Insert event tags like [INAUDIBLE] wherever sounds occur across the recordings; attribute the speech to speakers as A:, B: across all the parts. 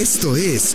A: Esto es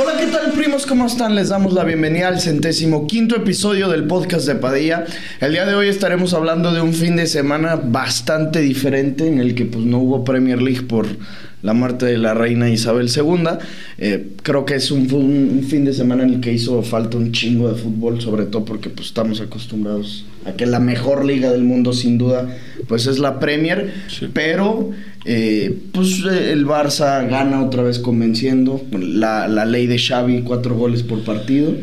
B: Hola, ¿qué tal, primos? ¿Cómo están? Les damos la bienvenida al centésimo quinto episodio del podcast de Padilla. El día de hoy estaremos hablando de un fin de semana bastante diferente en el que pues, no hubo Premier League por la muerte de la reina Isabel II. Eh, creo que es un, fu- un fin de semana en el que hizo falta un chingo de fútbol, sobre todo porque pues, estamos acostumbrados a que la mejor liga del mundo, sin duda, pues es la Premier. Pero, eh, pues eh, el Barça gana otra vez convenciendo. La, la ley de Xavi, cuatro goles por partido.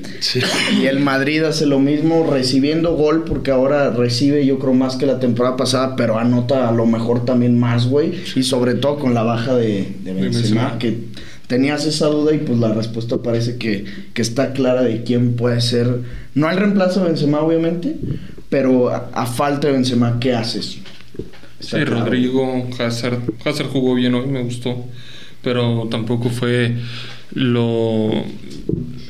B: Y el Madrid hace lo mismo, recibiendo gol, porque ahora recibe, yo creo, más que la temporada pasada, pero anota a lo mejor también más, güey. Y sobre todo con la baja de, de Benzema,
C: Benzema.
B: que tenías esa duda y pues la respuesta parece que, que está clara de quién puede ser. No el reemplazo de Benzema, obviamente, pero a, a falta de Benzema, ¿qué haces? Está
C: Sí,
B: claro.
C: Rodrigo, Hazard. Hazard jugó bien hoy, me gustó. Pero tampoco fue lo,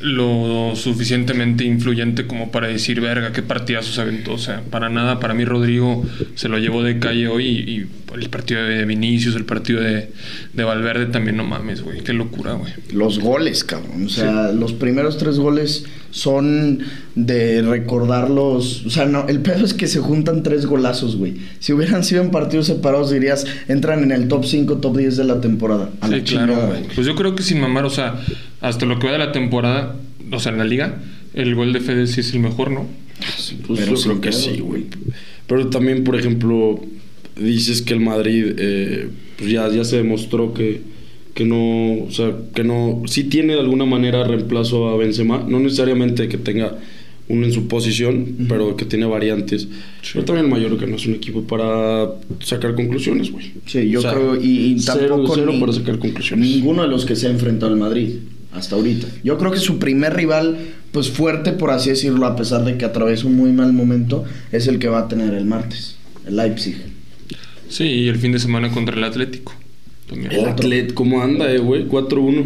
C: lo suficientemente influyente como para decir, verga, qué partidazos aventó. O sea, para nada, para mí Rodrigo se lo llevó de calle hoy. Y, y el partido de Vinicius, el partido de, de Valverde también, no mames, güey. Qué locura, güey.
B: Los goles, cabrón. O sea, los primeros tres goles son de recordarlos. O sea, no, el pedo es que se juntan tres golazos, güey. Si hubieran sido en partidos separados, dirías, entran en el top 5, top 10 de la temporada. A
C: Sí,
B: la chingada,
C: claro, güey. Pues yo creo que sin mamar, o sea, hasta lo que va de la temporada, o sea, en la liga, el gol de Fede sí es el mejor, ¿no?
D: Pues
B: Pero
D: yo
B: sin
D: creo que
B: pedos.
D: sí, güey. Pero también, por ejemplo, dices que el Madrid eh, pues ya, ya se demostró que, que no, o sea, que no, sí tiene de alguna manera reemplazo a Benzema, no necesariamente que tenga uno en su posición, pero que tiene variantes. Pero también el Mallorca no es un equipo para sacar conclusiones, güey.
B: Sí, yo
D: O sea,
B: creo. Y, y
D: cero-
B: tampoco.
D: cero
B: ni-
D: para sacar conclusiones.
B: Ninguno de los que se ha enfrentado al Madrid hasta ahorita. Yo creo que su primer rival, pues fuerte, por así decirlo, a pesar de que atravesó un muy mal momento, es el que va a tener el martes, el Leipzig.
C: Sí, y el fin de semana contra el Atlético. También.
D: El Atlet, ¿cómo anda, eh, güey? 4-1.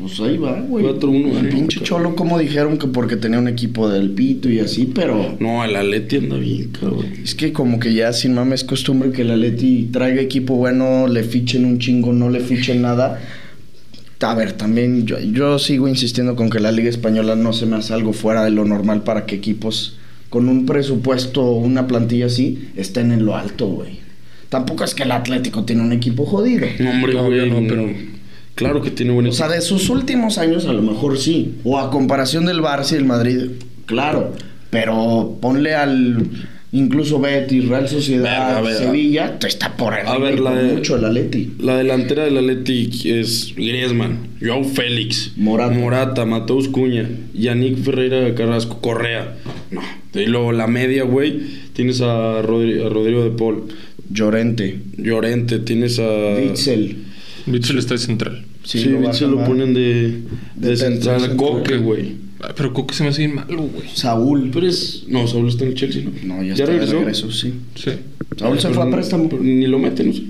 B: Pues ahí va, güey.
D: 4-1,
B: El
D: sí,
B: pinche
D: cabrón.
B: Cholo, como dijeron que porque tenía un equipo del pito y así, pero.
D: No, el Atleti anda bien, cabrón.
B: Es que como que ya sin mame es costumbre que el Atleti traiga equipo bueno, le fichen un chingo, no le fichen nada. A ver, también yo, yo sigo insistiendo con que la Liga Española no se me hace algo fuera de lo normal para que equipos con un presupuesto o una plantilla así estén en lo alto, güey. Tampoco es que el Atlético tiene un equipo jodido.
D: No, hombre,
C: No,
D: güey.
C: no, no, pero-
D: pero... Claro que tiene buen
B: O sea, de sus últimos años a lo mejor sí. O a comparación del Barça y el Madrid, claro. Pero ponle al incluso Betis, Real Sociedad,
D: Verga, a ver,
B: Sevilla, está por arriba
D: a ver,
B: y
D: la
B: por
D: de-
B: mucho el Atleti.
D: La delantera del Athletic es Griezmann, Joao Félix,
B: Morata.
D: Morata, Mateus Cuña, Yannick Ferreira Carrasco, Correa. No. Y luego la media, güey, tienes a, Rodri- a Rodrigo de Paul,
B: Llorente,
D: Llorente, tienes a...
B: Witzel.
C: Mitchell está de central.
D: Ah, Sí, Witzel lo ponen de, de,
B: De
D: central.
B: central.
D: Coque, güey.
C: Ah, Pero Coque se me hace bien malo, güey.
B: Saúl.
D: Pero es... No, Saúl está en Chelsea, ¿no? Ah,
B: No, ya, está de regreso, sí.
C: Sí.
B: Saúl se
D: Pero
B: fue a
D: ni-
B: préstamo.
D: pero Ni lo meten, no sé.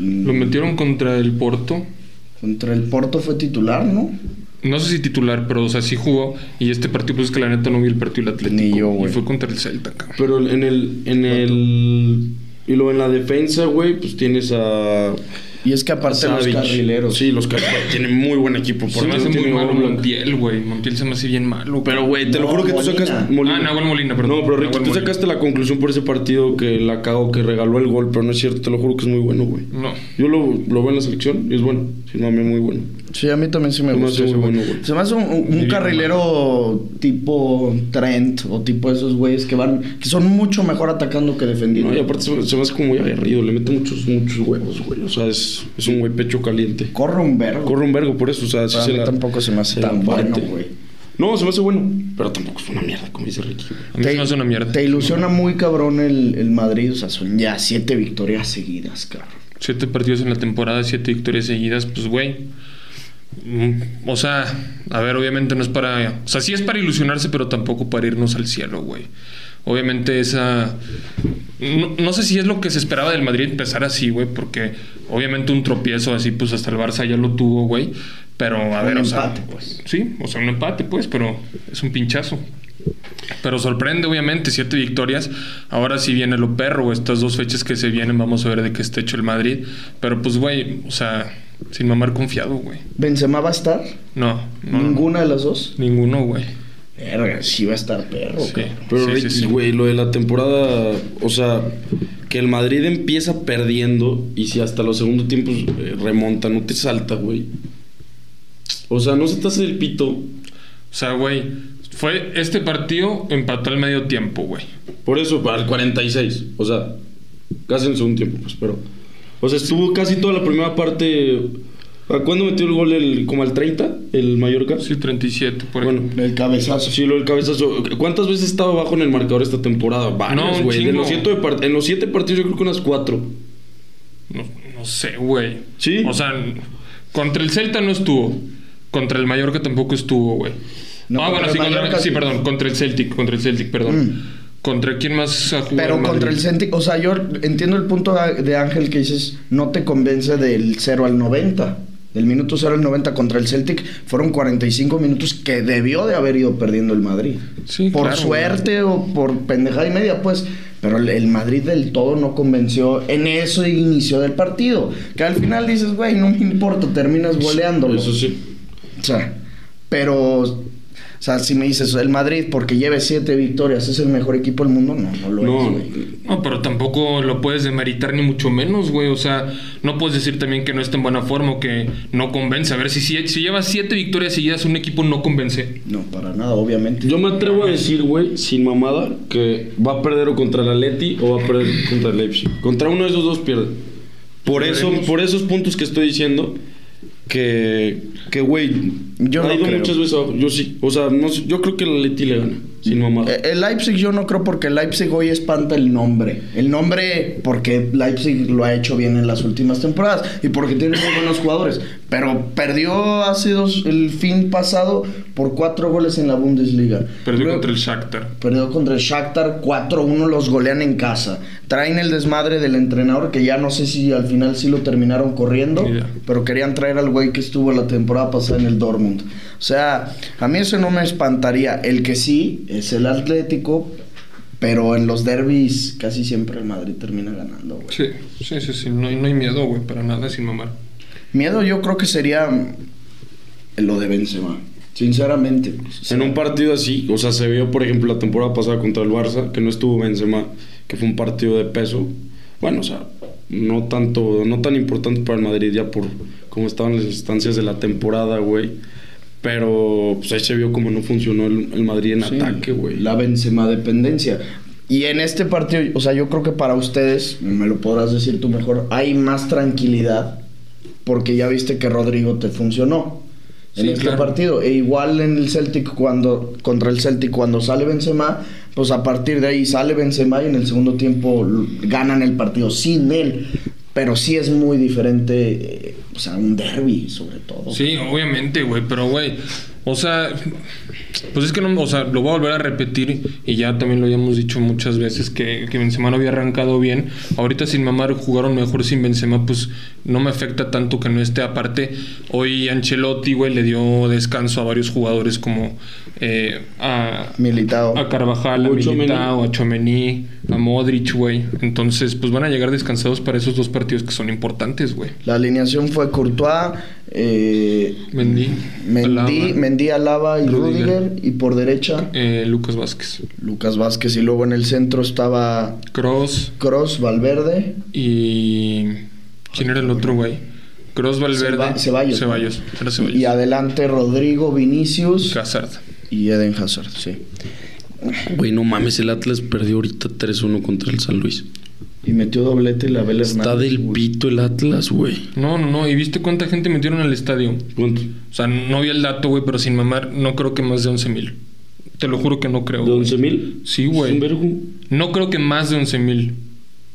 C: Lo metieron contra el Porto.
B: Contra el Porto fue titular, ¿no?
C: No sé si titular, pero o sea, sí jugó. Y este partido, pues que la neta no vi el partido del Atlético.
B: Ni yo, güey.
C: Y fue contra el Celta, cabrón.
D: Pero en el... En el y luego en la defensa, güey, pues tienes a...
B: Y es que aparte
D: Savic.
B: los carrileros.
D: Sí, [COUGHS] los carrileros. Tienen muy buen equipo.
C: Se me
D: no
C: hace muy
D: tienen
C: malo
D: gol, güey.
C: Montiel, güey. Montiel se me hace bien malo.
D: Pero, güey, te
B: No,
D: lo juro que tú
B: Molina.
D: sacas.
C: Ah, Nahuel Molina, perdón.
D: No, pero Ricky,
C: Nahuel
D: tú
C: Molina.
D: sacaste la conclusión por ese partido que la cago, que regaló el gol, pero no es cierto. Te lo juro que es muy bueno, güey.
C: No.
D: Yo lo, lo veo en la selección y es bueno. Sí, no, a mí muy bueno.
B: Sí, a mí también sí me
D: Se me
B: gusta.
D: hace
B: ese
D: muy
B: güey.
D: bueno, güey.
B: Se me hace un, un- un
C: Sí,
B: carrilero tipo Trent o tipo esos güeyes que van, que son mucho mejor atacando que defendiendo.
D: No, y aparte se, me- se me hace como muy aguerrido. Le mete muchos, muchos huevos, güey. O sea, es, es un güey pecho caliente.
B: Corre un verbo.
D: Corre un vergo por eso, o sea, sí
B: Para
D: se
B: mí
D: la-
B: tampoco se me hace
D: la
B: tan bueno,
D: parte.
B: güey.
D: No, se me hace bueno, pero tampoco es una mierda, como dice Ricky. güey.
C: A mí se me hace una mierda.
B: te ilusiona muy cabrón el, el Madrid. O sea, son ya siete victorias seguidas, cabrón.
C: Siete partidos en la temporada, siete victorias seguidas, pues güey. Mm, O sea, a ver, obviamente no es para. O sea, sí es para ilusionarse, pero tampoco para irnos al cielo, güey. Obviamente esa. No, no sé si es lo que se esperaba del Madrid empezar así, güey, porque obviamente un tropiezo así, pues hasta el Barça ya lo tuvo, güey. Pero a
B: Un
C: ver, o sea.
B: empate, pues.
C: Sí, o sea, un empate, pues, pero es un pinchazo. Pero sorprende, obviamente, siete victorias. Ahora sí viene lo perro, güey. Estas dos fechas que se vienen, vamos a ver de qué está hecho el Madrid. Pero pues, güey, o sea, sin mamar confiado, güey.
B: ¿Benzema va a estar?
C: No, no,
B: ¿Ninguna de las dos?
C: Ninguno, güey.
B: Verga, sí va a estar perro,
C: Sí.
B: cabrón.
D: Pero
C: Sí, sí,
D: Ricky,
C: sí.
D: güey, lo de la temporada, o sea, que el Madrid empieza perdiendo y si hasta los segundos tiempos eh, remonta, no te salta, güey. O sea, no se te hace el pito.
C: O sea, güey, fue este partido empató al medio tiempo, güey.
D: Por eso, para el 46. O sea, casi en el segundo tiempo, pues, pero. O sea, estuvo casi toda la primera parte. ¿A cuándo metió el gol? El, como al 30, el Mallorca.
C: Sí, 37, por
D: Bueno,
C: ejemplo.
B: El cabezazo.
D: Sí, lo del cabezazo. ¿Cuántas veces estaba abajo en el marcador esta temporada?
C: No,
D: Varias,
C: un
D: güey. en,
C: chingo.
D: los siete par- en los siete partidos, yo creo que unas cuatro.
C: No, no sé, güey.
D: Sí.
C: O sea, contra el Celta no estuvo. Contra el Mallorca tampoco estuvo, güey.
B: No,
C: ah,
B: contra
C: bueno,
B: el
C: sí,
B: Mallorca
C: contra, sí, Mm.
B: sí.
C: perdón. Contra el Celtic, contra el Celtic, perdón. ¿Contra quién más ha jugado
B: Pero contra
C: Madrid?
B: el Celtic, o sea, yo entiendo el punto de Ángel que dices, no te convence del 0 al 90. Del minuto 0 al 90 contra el Celtic fueron 45 minutos que debió de haber ido perdiendo el Madrid.
C: Sí,
B: por
C: claro,
B: suerte o por pendejada y media, pues. Pero el- el Madrid del todo no convenció en eso inicio del partido. Que al final dices, güey, no me importa, terminas goleándolo.
D: Eso sí.
B: O sea, pero, o sea, si me dices, el Madrid, porque lleve siete victorias, es el mejor equipo del mundo, no, no lo es,
D: No,
B: güey.
C: No, pero tampoco lo puedes demeritar ni mucho menos, güey. O sea, no puedes decir también que no está en buena forma o que no convence. A ver, si, si, si llevas siete victorias seguidas, un equipo no convence.
B: No, para nada, obviamente.
D: Yo me atrevo a decir, güey, sin mamada, que va a perder o contra el Atleti o va a perder contra el Leipzig. Contra uno de esos dos pierde. Por eso,
C: Veremos.
D: por esos puntos que estoy diciendo, que, que güey,
B: Yo
D: ha
B: no
D: ido
B: creo.
D: muchas veces abajo. Yo sí. O sea, no, sé, yo creo que el Atleti le gana, sin mamada.
B: Eh, El Leipzig yo no creo porque el Leipzig hoy espanta el nombre. El nombre porque Leipzig lo ha hecho bien en las últimas temporadas y porque tiene muy buenos jugadores. Pero perdió hace dos, el fin pasado por cuatro goles en la Bundesliga.
C: Perdió
B: Luego-
C: contra el Shakhtar.
B: Perdió contra el Shakhtar 4-1, los golean en casa. Traen el desmadre del entrenador que ya no sé si al final sí lo terminaron corriendo,
C: Ni idea.
B: pero querían traer al güey que estuvo la temporada pasada en el Dortmund. O sea, a mí eso no me espantaría. El que sí es el Atlético, pero en los derbis casi siempre el Madrid termina ganando, güey.
C: Sí, sí, sí, sí. No, hay- no hay miedo, güey, para nada, sin mamar.
B: Miedo yo creo que sería lo de Benzema, sinceramente.
D: En un partido así, o sea, se vio, por ejemplo, la temporada pasada contra el Barça, que no estuvo Benzema, que fue un partido de peso. Bueno, o sea, no tanto, no tan importante para el Madrid ya por cómo estaban las instancias de la temporada, güey. Pero pues ahí se vio cómo no funcionó el, el Madrid en
B: Sí,
D: ataque, güey.
B: La Benzema dependencia. Y en este partido, o sea, yo creo que para ustedes, me lo podrás decir tú mejor, hay más tranquilidad porque ya viste que Rodrigo te funcionó en
C: Sí,
B: este
C: claro.
B: partido. E igual en el Celtic cuando contra el Celtic cuando sale Benzema, pues a partir de ahí sale Benzema y en el segundo tiempo l- ganan el partido sin él. Pero sí es muy diferente, eh, o sea, un derby sobre todo.
C: Sí, obviamente, güey, pero, güey, o sea, pues es que no, o sea, lo voy a volver a repetir y ya también lo habíamos dicho muchas veces que, que Benzema no había arrancado bien. Ahorita sin mamar jugaron mejor sin Benzema, pues no me afecta tanto que no esté. Aparte, hoy Ancelotti, güey, le dio descanso a varios jugadores como eh, a,
B: Militado.
C: a Carvajal, a
D: Ochoa
C: Militao, a Chomení, a Modric, güey. Entonces, pues van a llegar descansados para esos dos partidos que son importantes, güey.
B: La alineación fue Courtois, eh,
C: Mendy,
B: Mendy,
C: Alaba.
B: Mendy, Alaba y
C: Rudiger.
B: Rudiger. Y por derecha,
C: Eh, Lucas Vázquez.
B: Lucas Vázquez. Y luego en el centro estaba
C: Cross
B: Cross, Valverde.
C: y. ¿Quién era el otro güey? Cross Valverde.
B: Ceba- Ceballos.
C: Ceballos. Era Ceballos.
B: Y adelante Rodrigo, Vinicius
C: Hazard.
B: y Eden Hazard, sí.
D: Güey, no mames, el Atlas perdió ahorita 3-1 contra el San Luis.
B: Y metió doblete la Vela
D: Está
B: Hernández,
D: del
B: güey.
D: pito el Atlas, güey.
C: No, no, no. ¿Y viste cuánta gente metieron al estadio?
D: ¿Cuánto?
C: O sea, no vi el dato, güey, pero sin mamar, no creo que más de 11 mil. Te lo juro que no
D: ¿De
C: creo. güey.
D: 11 mil?
C: Sí, güey.
D: Es un vergo.
C: No creo que más de 11 mil.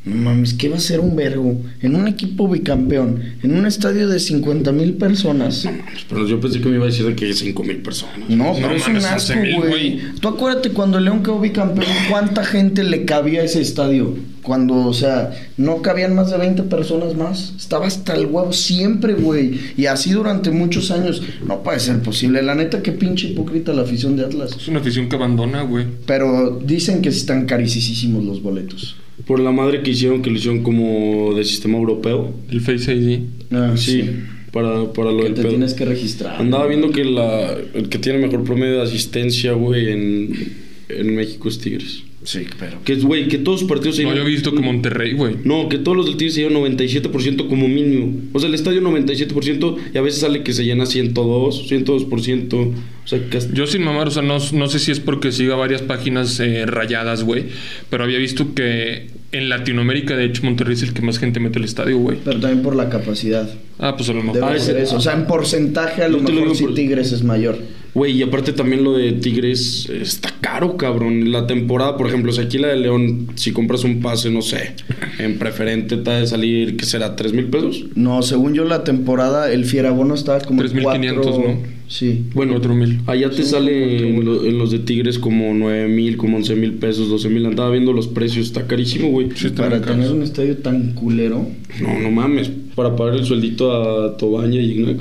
B: No mames, ¿qué va a ser un vergo? En un equipo bicampeón, en un estadio de 50 mil personas.
D: Pues, Pero yo pensé que me iba a decir de que 5 mil personas.
B: No, pero
C: No
B: es
C: mames,
B: un asco,
C: 11,000,
B: güey.
C: güey.
B: Tú acuérdate cuando el León quedó bicampeón, ¿cuánta gente le cabía a ese estadio? Cuando, o sea, no cabían más de 20 personas más. Estaba hasta el huevo siempre, güey. Y así durante muchos años. No puede ser posible. La neta, qué pinche hipócrita la afición de Atlas.
C: Es una afición que abandona, güey.
B: Pero dicen que están carísimos los boletos.
D: Por la madre que hicieron, que lo hicieron como de sistema europeo.
C: El Face ID.
B: Ah,
D: Sí, para, para lo
B: Que
D: del
B: te
D: pedo.
B: tienes que registrar.
D: Andaba viendo que la, el que tiene mejor promedio de asistencia, güey, en, en México es Tigres.
B: Sí, pero.
D: Que, es, güey, que todos los partidos... se
C: No, yo he
D: llevan-
C: visto que Monterrey, güey.
D: No, que todos los del Tigres se llevan 97% como mínimo. O sea, el estadio 97% y a veces sale que se llena 102, 102%. O sea, que hasta-
C: Yo sin mamar, o sea, no, no sé si es porque siga varias páginas eh, rayadas, güey. Pero había visto que en Latinoamérica, de hecho, Monterrey es el que más gente mete al estadio, güey.
B: Pero también por la capacidad.
C: Ah, pues a lo mejor.
B: Debe
D: ese-
B: ser eso. O sea, en porcentaje a lo
D: Yo te lo
B: mejor
D: digo
B: sí
D: por-
B: Tigres es mayor.
D: Güey, y aparte también lo de Tigres eh, está caro, cabrón. La temporada, por ejemplo, o sea, aquí la de León, si compras un pase, no sé, en preferente te ha de salir, ¿qué será? ¿Tres mil pesos?
B: No, según yo la temporada, el fierabono estaba como...
C: 3,500,
B: cuatro-
C: ¿no?
B: Sí.
C: Bueno, otro mil.
D: Allá te sale en, lo- en los de Tigres como nueve mil, como once mil pesos, doce mil. Andaba viendo los precios, está carísimo, güey.
C: Sí, está
B: Para
C: bien caro.
B: tener un estadio tan culero.
D: No, no mames. Para pagar el sueldito a Tobaña y
B: [LAUGHS]
D: Ignac.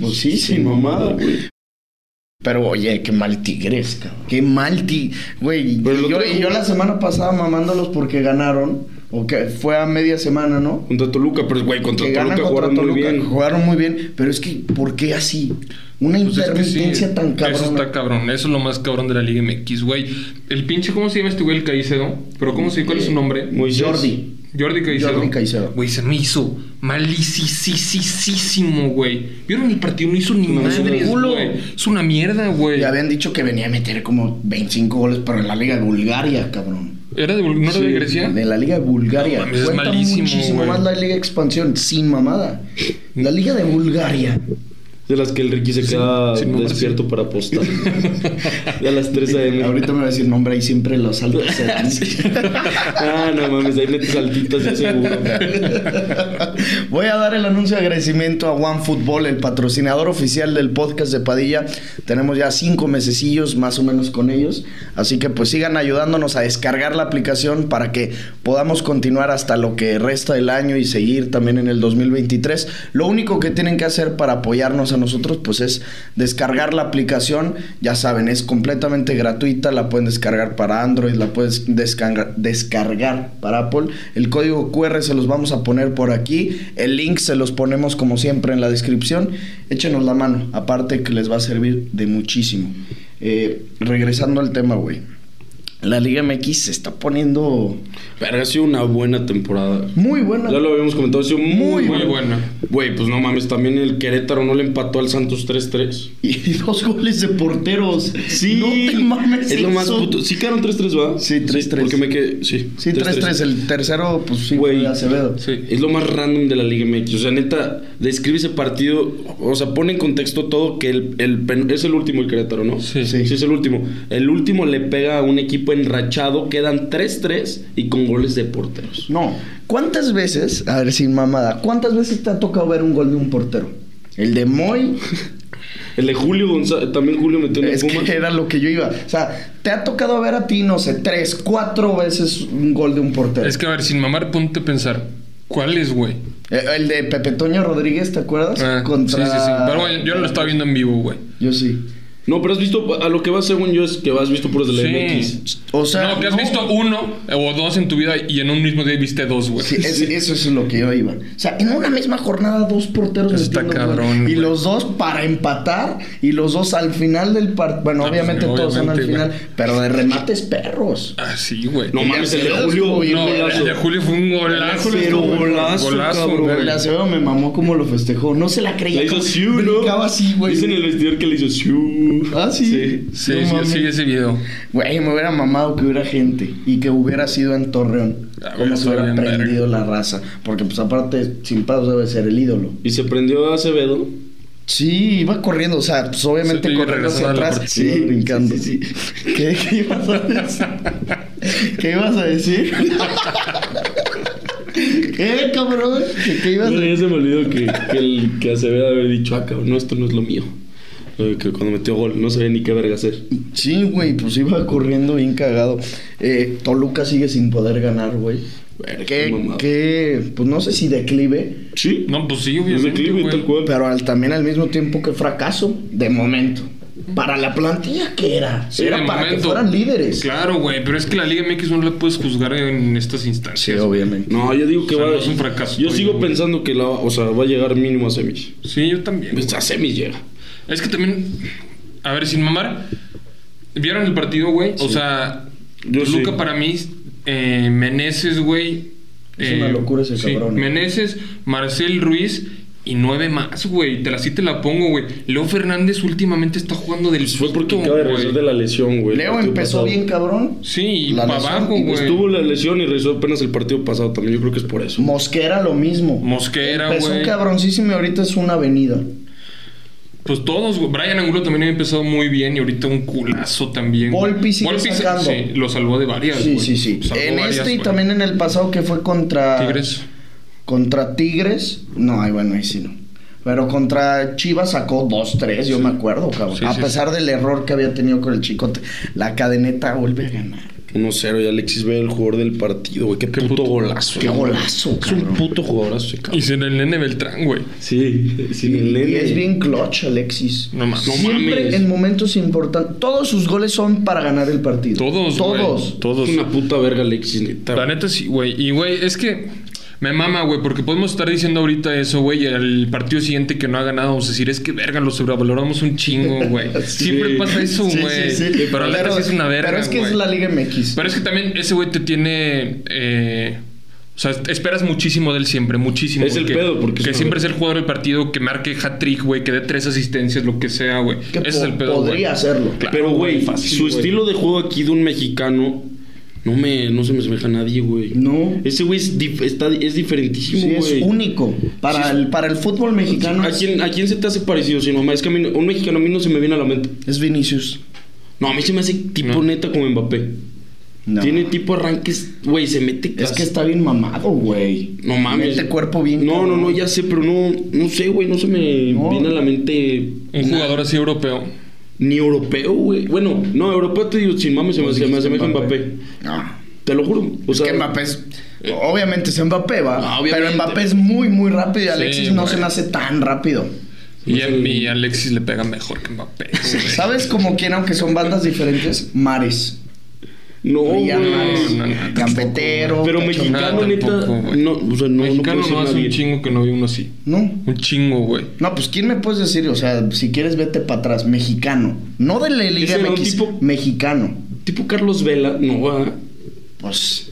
B: Pues sí,
D: sin
B: sin
D: mamada, güey.
B: Pero oye, qué mal Tigres, cabrón. Qué mal ti... Güey,
D: Pero lo
B: y yo,
D: traigo-
B: y yo la semana pasada mamándolos porque ganaron. O que fue a media semana, ¿no?
D: Contra Toluca, pero güey, contra
B: que
D: Toluca
B: ganan contra
D: jugaron
B: Toluca.
D: muy bien.
B: Jugaron muy bien. Pero es que, ¿por qué así? Una
C: Pues es que sí,
B: intermitencia tan cabrona.
C: Eso está cabrón. Eso es lo más cabrón de la Liga MX, güey. El pinche, ¿cómo se llama este güey? El Caicedo. Pero ¿cómo se ¿Cuál es su nombre?
D: Moisés.
B: Jordi.
C: Jordi Caicedo.
B: Eh, Jordi Caicedo.
C: Güey, se me hizo malicisísimo, güey. ¿Vieron el partido? No hizo ni
D: No hizo
C: madres,
D: ni
B: culo.
C: güey. Es una mierda, güey.
B: Le habían dicho que venía a meter como 25 goles, pero en la Liga de Bulgaria, cabrón.
C: ¿Era de, Bul- ¿No era
D: Sí,
C: de Grecia?
B: De la Liga de Bulgaria.
C: No mames, es
B: Cuenta
C: malísimo,
B: muchísimo
C: güey.
B: más la Liga de Expansión, sin mamada. La Liga de Bulgaria.
D: De las que el Ricky se queda
C: sin mamar,
D: despierto
B: [LAUGHS]
D: para apostar. De a las 3 a.m.
B: Ahorita me va a decir nombre ahí siempre los
D: [LAUGHS]
B: saltos. se dan.
D: Ah, no mames, ahí metes saltitas y seguro.
B: [LAUGHS] Voy a dar el anuncio de agradecimiento a OneFootball, el patrocinador oficial del podcast de Padilla. Tenemos ya cinco mesecillos más o menos con ellos. Así que pues sigan ayudándonos a descargar la aplicación para que podamos continuar hasta lo que resta del año y seguir también en el 2023. Lo único que tienen que hacer para apoyarnos a nosotros pues es descargar la aplicación. Ya saben, es completamente gratuita. La pueden descargar para Android, la puedes descargar, descargar para Apple. El código QR se los vamos a poner por aquí. El link se los ponemos como siempre en la descripción. Échenos la mano. Aparte que les va a servir de muchísimo. Eh, regresando al tema, güey. La Liga MX se está poniendo
D: Pero ha sido una buena temporada.
B: muy buena.
D: Ya lo habíamos comentado, ha sido muy,
B: Muy
C: Muy buena.
D: Güey, pues no mames, también el Querétaro no le empató al Santos 3-3.
B: Y [LAUGHS] dos goles de porteros. No te mames.
D: Es lo más
B: eso.
D: puto. Sí quedaron 3-3, ¿va?
B: Sí, 3-3.
D: Porque me quedé. Sí,
B: Sí, 3-3. El tercero, pues sí,
D: Güey.
B: fue Acevedo.
C: Sí.
D: Es lo más random de la Liga MX. O sea, neta, describe ese partido. O sea, pone en contexto todo que el, el pen- es el último el Querétaro, ¿no?
C: Sí.
B: Sí.
D: Sí, es el último. El último le pega a un equipo enrachado. Quedan 3-3 y con goles de porteros.
B: No. ¿Cuántas veces, a ver sin mamada, cuántas veces te ha tocado ver un gol de un portero? El de Moy,
D: El de Julio González. También Julio metió en el
B: es
D: Puma.
B: que era lo que yo iba. O sea, te ha tocado ver a ti, no sé, tres, cuatro veces un gol de un portero.
C: Es que, a ver, sin mamar, ponte a pensar. ¿Cuál es, güey?
B: Eh, El de Pepe Toño Rodríguez, ¿te acuerdas?
C: Ah,
B: Contra...
C: Sí, sí, sí. Pero, güey, yo no lo estaba viendo en vivo, güey.
B: Yo sí.
D: No, pero has visto. A lo que vas, según yo, es que has visto puros de la
C: Sí.
D: MX.
B: O sea,
C: no, que has visto uno eh, o dos en tu vida y en un mismo día viste dos, güey.
B: Sí, es- eso es lo que yo iba. O sea, en una misma jornada dos porteros
C: Eso está
B: metiendo gol.
C: cabrón,
B: y
C: güey.
B: los dos para empatar y los dos al final del partido. Bueno,
C: Ah, pues,
B: obviamente
C: sí,
B: todos son al
C: obviamente,
B: final,
C: güey.
B: pero de remates perros.
C: Ah, sí, güey.
D: No
B: El de
D: mames, el de
B: Acevedo
D: Julio.
B: estuvo bien
D: No,
B: golazo.
C: el de Julio fue un golazo.
D: Pero
C: güey.
D: golazo, cabrón.
C: güey.
B: Pero el Acevedo me mamó como lo festejó. No se la creía.
D: Le hizo
B: como-
D: siu, ¿no?
B: brincaba así, güey.
D: Dicen en el vestidor que le hizo siu.
B: Ah, sí.
C: Sí,
B: No
C: sí,
B: mames.
C: sí, ese video.
B: Güey, me hubiera mamado que hubiera gente y que hubiera sido en Torreón.
C: Ah, hubiera
B: Como se
C: estado
B: hubiera
C: bien
B: prendido la raza. Porque, pues, aparte, sin pasos debe ser el ídolo.
D: Y se prendió a Acevedo.
B: Sí, iba corriendo, o sea, pues obviamente
C: Sí, iba
B: corriendo hacia
C: regresando a la
B: atrás.
C: portería,
B: Sí, brincando.
D: sí,
B: ¿Qué, qué ibas a decir? ¿Qué ibas a decir? ¿Qué, cabrón? ¿Qué, qué ibas a
D: No, ya se me olvidó que, que el que Acevedo haber dicho, ah, cabrón, no, esto no es lo mío. Eh, Que cuando metió gol, no sabía ni qué verga hacer.
B: Sí, güey, pues iba corriendo bien cagado. Eh, Toluca sigue sin poder ganar, güey.
D: Verga,
B: ¿Qué,
D: mamada.
B: qué? Pues no sé si declive,
D: Sí,
C: No, pues sí,
D: un
C: obviamente,
D: declive
C: güey.
D: tal cual.
B: pero al- también al mismo tiempo que fracaso, de momento. Para la plantilla que era.
C: Sí,
B: era
C: de
B: para que
C: momento.
B: fueran líderes.
C: Claro, güey, pero es que la Liga MX no la puedes juzgar en estas
B: Sí,
C: instancias.
B: obviamente.
D: No, yo digo que
C: O sea,
D: va.
C: no es un fracaso.
D: Yo
C: Oye,
D: sigo
C: güey.
D: pensando que la, o sea, va a llegar mínimo a semis.
C: Sí, yo también. güey.
D: Pues a semis llega.
C: Es que también, a ver, sin mamar, ¿vieron el partido, güey? O sea,
D: Yo
C: Toluca
D: sí.
C: para mí, eh, Meneses, güey.
B: Es
C: eh,
B: una locura ese
C: sí,
B: cabrón. ¿eh?
C: Meneses, Marcel Ruiz y nueve más, güey. Te la sí te la pongo, güey. Leo Fernández últimamente está jugando del.
D: Pues fue porque
C: susto,
D: acaba de
C: güey.
D: regresar de la lesión, güey. el
B: Leo
D: partido
B: empezó
D: pasado.
B: bien cabrón.
C: Sí, y
B: La
C: para
B: lesión,
C: abajo,
B: y
C: güey.
D: pues Estuvo la lesión y regresó apenas el partido pasado también. Yo creo que es por eso.
B: Mosquera lo mismo.
C: Mosquera,
B: empezó
C: güey.
B: cabroncísimo y ahorita es una avenida.
C: Pues todos, güey. Brian Angulo también ha empezado muy bien y ahorita un culazo también. güey.
B: Volpi sigue
C: se-
B: sacando.
C: Sí, lo salvó de varias,
B: Sí,
C: güey.
B: sí, sí.
C: Salvó
B: En
C: varias,
B: este y
C: güey.
B: también en el pasado que fue contra...
C: Tigres.
B: Contra Tigres, no, ay, bueno, ahí sí no. Pero contra Chivas sacó 2-3, yo me acuerdo, cabrón.
C: Sí,
B: a
C: sí,
B: pesar del error que había tenido con el chicote, la cadeneta vuelve a ganar.
D: 1-0 y Alexis Vega, el jugador del partido, güey. Qué, puto,
C: puto-
D: golazo.
B: Qué
D: güey.
B: golazo,
D: Es un
B: cabrón.
D: puto jugadorazo, ese
C: Y
D: cabrón.
C: sin el nene Beltrán, güey.
D: Sí, sin el
B: Y
D: nene.
B: es bien clutch, Alexis.
C: No mames.
B: Siempre
D: mames.
B: en momentos importantes. Todos sus goles son para ganar el partido.
C: Todos, güey.
B: Todos.
C: Todos.
D: Es una puta verga, Alexis, neta.
C: La neta sí, güey. Y, güey, es que me mama, güey, porque podemos estar diciendo ahorita eso, güey, y al partido siguiente que no ha ganado, vamos a decir, es que verga, lo sobrevaloramos un chingo, güey.
B: [LAUGHS] Sí.
C: Siempre pasa eso,
B: Sí,
C: Pues güey.
B: sí, sí.
C: Pero la neta sí es una verga.
B: Pero es que es
C: güey.
B: la Liga MX.
C: Pero es que también ese güey te tiene. eh, o sea, esperas muchísimo de él siempre, muchísimo.
D: Es
C: güey,
D: el
C: que-
D: pedo, porque es
C: Que
D: una
C: siempre es
D: verga.
C: el jugador del partido que marque hat-trick, güey, que dé tres asistencias, lo que sea, güey.
B: Que
C: Ese es el
B: po-
C: pedo. güey.
B: podría hacerlo.
C: Claro,
D: Pero, güey,
C: fácil,
D: su
C: güey.
D: estilo de juego aquí de un mexicano no, me, no se me asemeja a nadie, güey.
B: No.
D: Ese güey es, dif- está- es diferentísimo,
B: Sí,
D: güey.
B: es único. Para,
D: Sí, es-
B: el, para el fútbol mexicano
D: ¿A
B: es-
D: quién, ¿A quién se te hace parecido? Si nomás es que a mí no- un mexicano a mí no se me viene a la mente.
B: es Vinicius.
D: No, a mí se me hace tipo
C: No.
D: neta como Mbappé.
B: No.
D: Tiene tipo arranques, güey, se mete.
B: Es
D: casi-
B: que está bien mamado, güey.
D: No mames.
B: Mete cuerpo bien.
D: No, no,
B: cabrón.
D: no, ya sé, pero no, no sé, güey, no se me
B: No.
D: viene a la mente
C: Un jugador así europeo.
D: ni europeo, güey. Bueno, no, europeo te digo, sin mames, se me, se me asemeja a Mbappé.
B: No.
D: Te lo juro. O
B: Es
D: sea,
B: que Mbappé es. Obviamente es Mbappé, va.
D: No, obviamente.
B: Pero Mbappé es muy, muy rápido y Alexis no
C: güey.
B: se nace tan rápido.
C: Y
D: Sí.
C: a mí Alexis le pega mejor que Mbappé. güey.
B: ¿Sabes como quién, aunque son bandas diferentes? Mares.
D: No, güey.
B: Brillante,
C: Oh, no, no, tampoco,
B: Campetero.
D: Pero
B: pecho-
C: mexi-
D: mexicano,
C: Nada,
D: neta.
C: tampoco, güey.
D: No, o sea, no,
C: Mexicano
D: puedo
C: no
D: decir
C: hace un
D: nadie.
C: chingo que no vi uno así.
B: No.
C: Un chingo, güey.
B: No, pues ¿quién me puedes decir? O sea, si quieres vete para atrás. Mexicano. No de la Liga
D: Ese era un
B: MX.
D: tipo-
B: Mexicano.
D: Tipo Carlos Vela, no, ah, va.
B: Pues.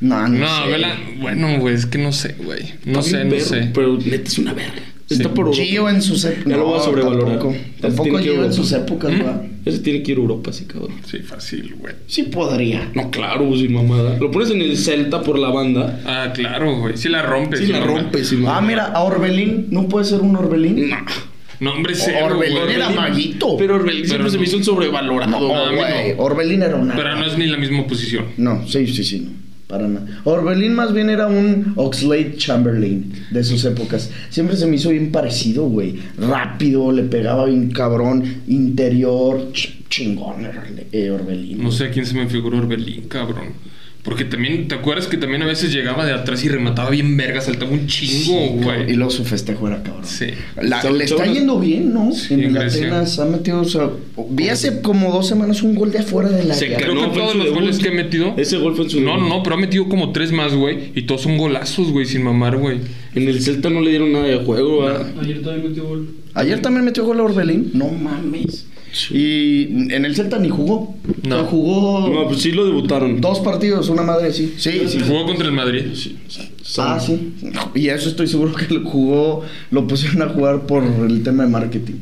B: No, no.
C: No,
B: sé.
C: vela- bueno, güey, es que no sé, güey. No
D: Está
C: sé,
D: bien
C: no
D: perro,
C: sé.
D: Pero neta es una verga. Está por Europa.
B: Gio en sus épocas.
D: Ya lo voy a sobrevalorar.
B: Tampoco,
D: Entonces
B: tampoco
D: tiene que
B: Gio en
D: Europa.
B: sus épocas,
C: ¿Mm?
B: va.
D: Ese tiene que ir a Europa, sí, cabrón.
C: Sí, fácil, güey.
B: Sí podría.
D: No, claro, sin mamada. Lo pones en el Celta por la banda.
C: Ah, claro, güey. Sí la rompe.
D: Sí, la rompe, sin
B: Ah,
D: mamada.
B: mira, a Orbelín. ¿No puede ser un Orbelín?
D: No.
C: No, hombre, cero,
B: Orbelín
C: güey.
B: era maguito.
D: Pero Orbelín
C: Pero
D: siempre se
C: no.
D: me hizo un sobrevalorado.
B: No,
D: güey.
C: a mí
B: güey,
C: no.
B: Orbelín era una.
C: Pero no es ni la misma posición.
B: No, sí, sí, sí, no. Para nada. Orbelín más bien era un Oxlade Chamberlain de sus épocas. Siempre se me hizo bien parecido, güey. Rápido, le pegaba bien cabrón. Interior, ch- chingón era el- eh, Orbelín.
C: No sé a quién se me figuró Orbelín, cabrón. Porque también, ¿te acuerdas que también a veces llegaba de atrás y remataba bien verga? Saltaba un chingo,
B: Y
C: güey.
B: luego su festejo era cabrón.
C: Sí.
B: La-
D: Son-
B: le
D: son
B: está
D: unos-
B: yendo bien, ¿no?
C: Sí,
B: en el
C: Grecia.
B: Atenas ha metido, o sea, vi hace como dos semanas un gol de afuera del
D: Se
B: área.
D: cagó.
C: Creo
D: No,
C: que
D: fue en
C: todos
D: su
C: los
D: debut.
C: goles que ha metido.
D: Ese gol fue en su.
C: No, no, no, pero ha metido como tres más, güey. Y todos son golazos, güey, sin mamar, güey.
D: En el Celta no le dieron nada de juego. ¿verdad?
E: Ayer también metió gol.
B: Ayer también metió gol a Orbelín. No mames. Y en el Celta ni jugó.
C: No.
B: O sea, jugó
D: No, pues sí lo debutaron.
B: dos partidos, una madre, sí. Sí, sí.
C: Jugó contra el Madrid.
B: Ah, sí. Y eso estoy seguro que lo jugó, lo pusieron a jugar por el tema de marketing.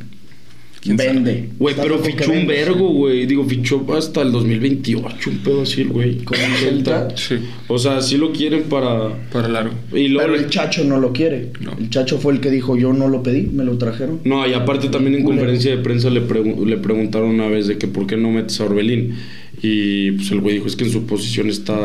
B: Vende.
D: Güey,
B: Está
D: pero
B: loco que
D: fichó un
B: vende.
D: vergo, güey. Digo, fichó hasta el 2028, un pedo así, el güey. Con el Celta.
C: Sí,
D: O sea, sí lo quieren para.
C: para largo.
D: Y luego.
B: Pero el Chacho no lo quiere.
C: No.
B: El Chacho fue el que dijo, yo no lo pedí, me lo trajeron.
D: No, y aparte también en
B: Culero.
D: conferencia de prensa le, pregun- le preguntaron una vez de que por qué no metes a Orbelín. Y pues el güey dijo, es que en su posición está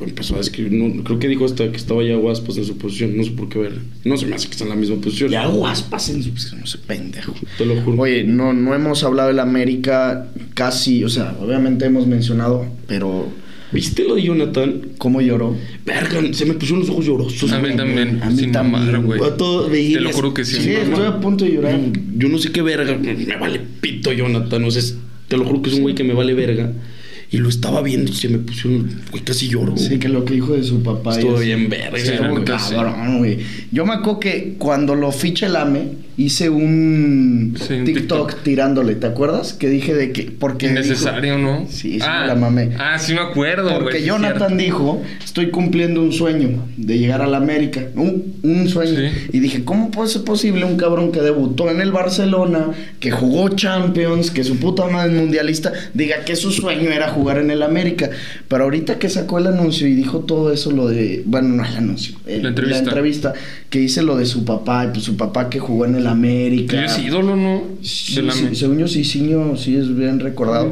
D: empezó a escribir. no, creo que dijo hasta que estaba ya Guaspas en su posición. No sé por qué ver. No se me hace que está en la misma posición.
B: Ya guaspas en su pues, no sé, pendejo.
D: Te lo juro.
B: Oye, no, no hemos hablado del América casi, o sea, obviamente hemos mencionado, pero
D: ¿Viste lo de Jonathan?
B: ¿cómo lloró?
D: Verga, se me pusieron los ojos llorosos.
C: A mí
D: güey.
C: también,
B: a mí
C: sin
B: también,
C: mamar, güey.
D: A todo-
C: Te lo juro que sí.
B: Sí,
C: sin mamar. Mm.
B: estoy a punto de llorar.
D: Yo no sé qué verga. Me vale pito, Jonathan. O sea, es- te lo juro que es un güey que me vale verga. Y lo estaba viendo y se me pusieron. Güey, casi lloro.
B: Sí, que lo que dijo de su papá. y
D: Estuvo
B: eso.
D: bien verga.
C: Sí,
B: Estuvo
C: la neta, sí.
B: cabrón, güey. Yo me acuerdo que cuando lo fiché el AME, hice un
C: Sí, un
B: TikTok,
C: TikTok.
B: tirándole, ¿te acuerdas? Que dije de que. Porque dijo-
C: Innecesario, ¿no?
B: Sí, sí, me la mamé.
C: Ah, sí me acuerdo, güey.
B: Porque
C: sí es
B: Jonathan
C: cierto.
B: dijo, estoy cumpliendo un sueño de llegar a la América, un, un sueño.
C: Sí.
B: Y dije, ¿cómo puede ser posible un cabrón que debutó en el Barcelona, que jugó Champions, que su puta madre es mundialista, diga que su sueño era jugar en el América? Pero ahorita que sacó el anuncio y dijo todo eso, lo de, bueno, no el anuncio, el-
C: La entrevista.
B: entrevista, que hice lo de su papá, y pues su papá que jugó en el América.
C: Que es ídolo, ¿no?
B: Sí,
C: De la
B: sí, según yo, Sicinho sí es bien recordado.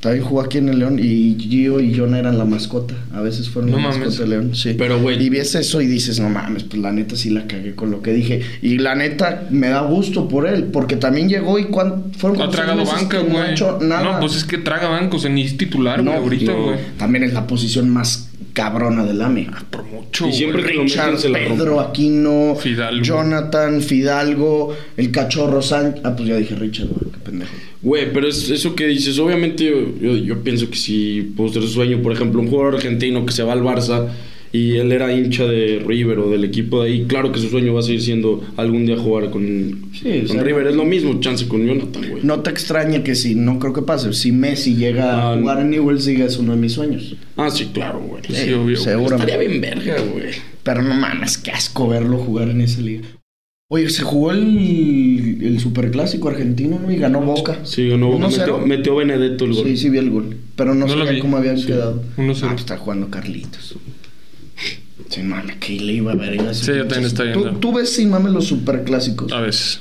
B: También jugó aquí en el León y Gio y John eran la mascota. A veces fueron
C: No
B: la
C: mames.
B: mascota de León. Sí.
D: Pero, güey.
B: Y ves eso y dices, no mames, pues la neta sí la cagué con lo que dije. Y la neta me da gusto por él, porque también llegó y cuán, fueron
C: Ha
B: cuántos
C: tragado
B: meses
C: banca,
B: que No ha
C: güey.
B: hecho nada.
C: No, pues es que traga banca, o sea, ni es titular, güey,
B: No, pues
C: ahorita,
D: no.
C: güey. Ah,
B: También es la posición más cabrona del AME.
C: Por mucho,
D: Y siempre
C: güey.
D: que lo
B: Richard,
D: meten se la rompen.
B: Pedro, Aquino,
C: Fidalgo.
B: Jonathan, Fidalgo, el cachorro Sánchez. Ah, pues ya dije Richard, güey, qué pendejo.
D: Güey, pero es eso que dices, obviamente yo, yo- yo pienso que si puedo ser su sueño, por ejemplo, un jugador argentino que se va al Barça y él era hincha de River o del equipo de ahí, claro que su sueño va a seguir siendo algún día jugar con,
B: Sí, o
D: con
B: sea,
D: River, es lo mismo, chance con Jonathan, güey.
B: No te extrañe que si, no creo que pase, si Messi llega a
D: Ah, no.
B: jugar en Newell's diga es uno de mis sueños. Eh,
D: Ah, sí, claro, güey.
C: Pues Sí, obvio.
B: Seguramente.
D: Estaría bien verga, güey.
B: Pero no mames, qué asco verlo jugar en esa liga. Oye, se jugó el, el superclásico argentino ¿no? y ganó Boca.
D: Sí, ganó,
B: ¿Uno
D: metió,
B: cero?
D: metió Benedetto el gol.
B: Sí, sí vi el gol. Pero no,
C: No lo
B: sabía
C: vi.
B: cómo habían
C: Sí.
B: quedado.
C: Uno
B: Ah,
C: cero.
B: pues está jugando Carlitos. Sí, mames, que le iba a ver. Iba a
C: Sí, yo también estoy
B: ¿Tú,
C: viendo. Ah.
B: tú ves sin mames los superclásicos.
C: A veces.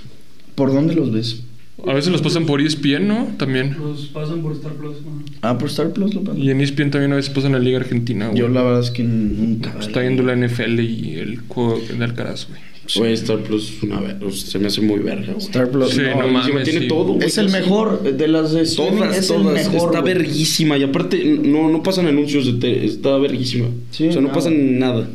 B: ¿Por dónde los ves?
C: A veces los pasan por E ESPN, ¿no? También.
E: Los pasan por Star Plus. ajá.
B: Ah, por Star Plus lo pasan.
C: Y en E ESPN también a veces pasan la Liga Argentina, güey.
B: Yo la verdad es que nunca.
C: Está viendo la NFL y el juego de Alcaraz, güey.
D: Güey, Star Plus es una verga, o sea, se me hace muy verga, güey.
B: Star Plus.
C: Sí, no mames.
D: Encima tiene
C: sí.
D: todo, güey.
B: Es el mejor eh, de las de streaming,
D: Todas,
B: es
D: todas.
B: el mejor.
D: está
B: güey.
D: verguísima. Y aparte, no, no pasan anuncios de tele. Está verguísima.
B: Sí,
D: o sea, no
B: nada.
D: pasan nada.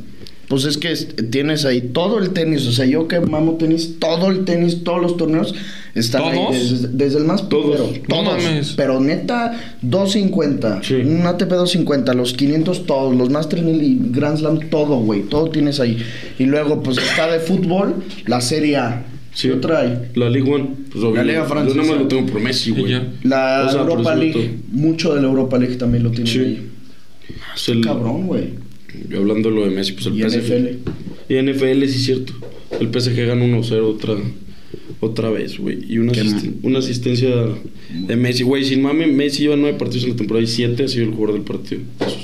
B: Pues es que es- tienes ahí todo el tenis, o sea, yo que mamo tenis, todo el tenis, todos los torneos están ahí,
C: ¿Todos?
B: desde, desde el más
D: Todos.
B: pero
C: No
B: todos,
C: mames.
B: pero neta 250,
D: Sí.
B: un ATP 250, los 500 todos, los Masters 1000 y Grand Slam todo, güey, todo tienes ahí. Y luego pues está de fútbol, la Serie A.
D: Sí.
B: ¿Qué otra hay?
D: La Liga One. Pues, obvio,
B: La Liga
D: Yo
B: Francesa.
D: nada más lo tengo por Messi,
C: Y
D: güey.
C: ya.
B: La
D: O sea, pero
B: Europa
D: sobre
B: League, mucho de la Europa League también lo tienen
D: Sí.
B: ahí.
D: Es el-
B: Cabrón, güey.
D: yo hablando de lo de Messi, pues el
B: Y
D: PSG.
B: NFL.
D: Y NFL, sí, cierto. El PSG gana 1-0 otra, otra vez, güey. Y una,
B: Qué
D: asisten-
B: mal.
D: una asistencia de Messi. Güey, sin mame, Messi lleva nueve partidos en la temporada y siete ha sido el jugador del partido. Esos.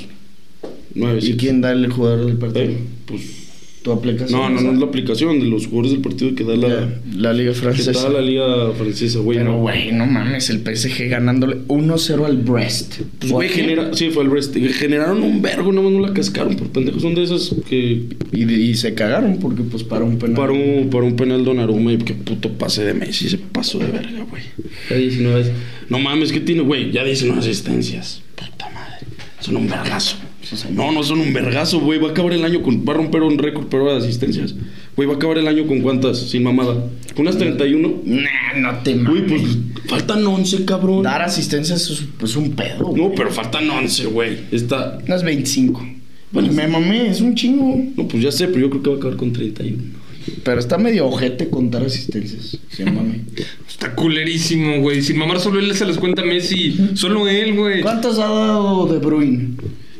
D: Nueve,
B: ¿Y
D: siete.
B: quién da el jugador del partido?
D: Eh, Pues
B: ¿Tu aplicación?
D: No, no, no es la aplicación de los jugadores del partido que da la,
B: la, la Liga
D: que
B: Francesa.
D: da la liga francesa, güey.
B: Pero,
D: no.
B: güey, no mames, el PSG ganándole 1-0 al Brest.
D: Pues, güey, genera- sí, fue el Brest. Generaron un vergo, nomás no la cascaron por pendejos. Son de esas que
B: Y, y se cagaron porque, pues, para un penal.
D: para un, para un penal Donnarumma y qué puto pase de Messi. Se pasó de verga, güey. Ya 19 veces. No mames, ¿qué tiene, güey? Ya 19 asistencias. Puta madre. Son un vergazo. No, no son un vergazo, güey. Va a acabar el año con. Va a romper un récord, pero de asistencias. Güey, va a acabar el año con cuántas, sin mamada. ¿Con unas 31?
B: Nah, no te mames.
D: Güey, pues faltan 11, cabrón.
B: Dar asistencias es pues, un pedo. güey.
D: No, pero faltan 11, güey. Está.
B: Unas 25.
D: Bueno,
B: me mamé, es un chingo.
D: No, pues ya sé, pero yo creo que va a acabar con 31.
B: Pero está medio ojete contar asistencias. Sí,
D: [LAUGHS]
B: mami.
C: Está culerísimo, güey. Sin mamar, solo él se las cuenta a Messi. Solo él, güey.
B: ¿Cuántas ha dado De Bruyne?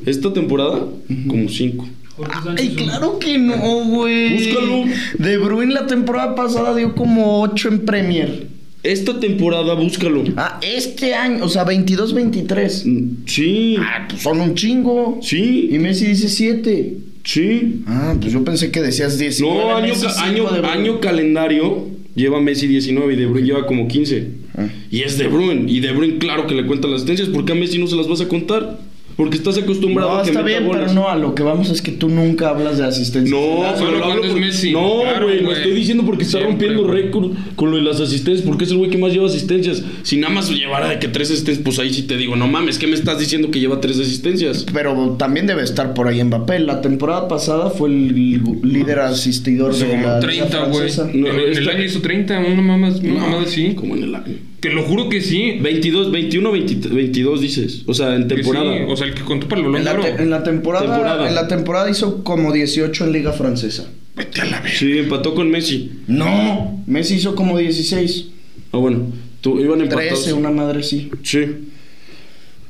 D: Esta temporada, como 5.
E: Jorge
B: Ay,
E: Sánchez,
B: claro que no, güey.
D: Búscalo.
B: De Bruyne la temporada pasada dio como 8 en Premier.
D: Esta temporada, búscalo.
B: Ah, este año, o sea, 22-23.
D: Mm, Sí,
B: Ah, pues son un chingo. Y
D: sí,
B: Messi dice 7.
D: sí.
B: Ah, pues yo pensé que decías 10.
D: No, año, ca- año, año calendario lleva Messi 19 y De Bruyne lleva como 15.
B: Ah.
D: Y es De Bruyne. Y De Bruyne, claro que le cuentan las asistencias. ¿Por qué a Messi no se las vas a contar? Porque estás acostumbrado
B: No,
D: a que
B: está
D: meta
B: bien,
D: goles.
B: pero no, a lo que vamos es que tú nunca hablas de asistencia.
D: No,
C: Solo
D: pero lo hablo
C: cuando es
D: por-
C: Messi.
D: No, güey,
C: Claro,
D: lo
C: güey.
D: estoy diciendo porque está
C: Siempre,
D: rompiendo
C: güey.
D: récord con lo de las asistencias, porque es el güey que más lleva asistencias. Si nada más llevara de que tres asistencias, pues ahí sí te digo, no mames, ¿qué me estás diciendo que lleva tres asistencias?
B: Pero también debe estar por ahí Mbappé. La temporada pasada fue el gu- líder
D: Ah,
B: asistidor
D: pues
C: Hizo
B: de la
C: como
B: liga
C: 30, güey.
B: francesa.
C: En- en el
D: está-
C: año hizo 30, una mamá, una mamada así.
D: Como en el año.
C: Te lo juro que sí.
D: 22, 21, 20 22 dices. O sea, en
C: Que
D: temporada.
C: sí, O sea, el que contó para el balón
B: En
C: de
B: la,
C: oro.
B: te- en la temporada,
D: Temporada.
B: En la temporada hizo como 18 en liga francesa.
C: Vete a la verga.
D: Sí, empató con Messi.
B: No, Messi hizo como 16.
D: Ah, bueno. Tú, iban empatados.
B: 13, una madre sí.
D: Sí.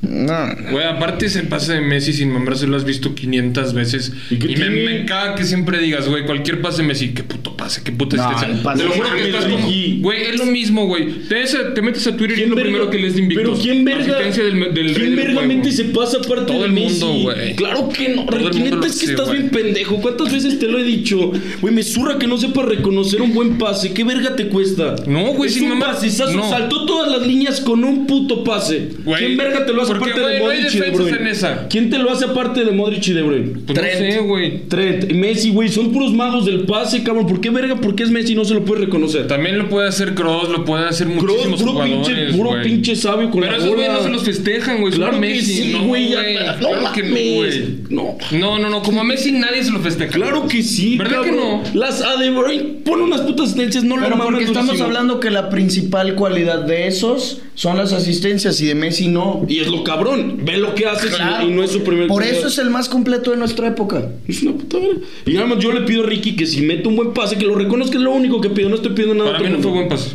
B: No.
C: Güey, aparte ese pase de Messi sin mamarse lo has visto 500 veces.
D: ¿Y
C: Y,
D: qué
C: me,
D: tiene?
C: me caga que siempre digas, güey, cualquier pase de Messi, qué puto pase, qué puta
B: No,
C: asistencia.
B: el pase
C: Te lo juro
D: mames,
C: que estás como...
D: Ricky.
C: Güey, es lo mismo, güey. Te, des- te metes a Twitter y es lo
D: verga-
C: primero que lees de Invictus.
D: Pero quién
C: La
D: verga.
C: asistencia del, del rey
D: ¿Quién
C: del
D: verga
C: juego.
D: mente se pasa aparte
C: Todo
D: de
C: el mundo,
D: Messi?
C: güey.
D: Claro que no.
C: Todo el
D: Ricky,
C: mundo
D: neta,
C: lo
D: es que
C: hace,
D: estás
C: güey.
D: bien pendejo. ¿Cuántas veces te lo he dicho? Güey, me zurra que no sepa reconocer un buen pase. ¿Qué verga te cuesta?
C: No, güey,
D: Es
C: sin
D: un
C: mamá-
D: pasesazo.
C: no.
D: Saltó todas las líneas con un puto pase.
C: Güey,
D: ¿Quién verga te lo hace
C: porque,
D: aparte
C: güey, no
D: de
C: hay
D: Modric y de
C: defensas
D: Bruyne?
C: en esa.
D: ¿Quién te lo hace aparte de Modric y de Bruyne?
C: Pues
B: Trent.
C: no sé, güey.
D: Trent, Messi, güey, son puros magos del pase, cabrón. ¿Por qué verga? ¿Por qué es Messi y no se lo puede reconocer?
C: También lo puede hacer Cross, lo puede hacer
D: Kroos,
C: muchísimos
D: puro
C: jugadores,
D: pinche, puro
C: güey.
D: pinche sabio con
C: Pero
D: la
C: esos
D: bola.
C: güeyes no se los festejan, güey.
D: Claro
C: Solo
D: que
C: Messi.
D: sí,
C: no,
D: güey,
C: güey.
D: ya- no
C: claro que no,
D: mames.
C: güey.
D: No.
C: No, no, no. Como a Messi nadie se lo festeja.
D: Claro que sí,
C: ¿Verdad que
D: cabrón.
C: no?
D: Las A de Bruyne, pone unas putas asistencias, no lo
B: Pero porque
D: mames
B: estamos
D: durísimo.
B: hablando que la principal cualidad de esos son las asistencias y de Messi no.
D: Y es lo cabrón, ve lo que haces y-
B: Claro.
D: y no es su primer
B: Por
D: cuidado.
B: eso es el más completo de nuestra época.
D: Es una puta verga. Y nada más yo le pido a Ricky que si mete un buen pase, que lo reconozca, es lo único que pido. No estoy pidiendo nada. Ah,
C: Para mí no
D: [LAUGHS]
C: fue buen pase.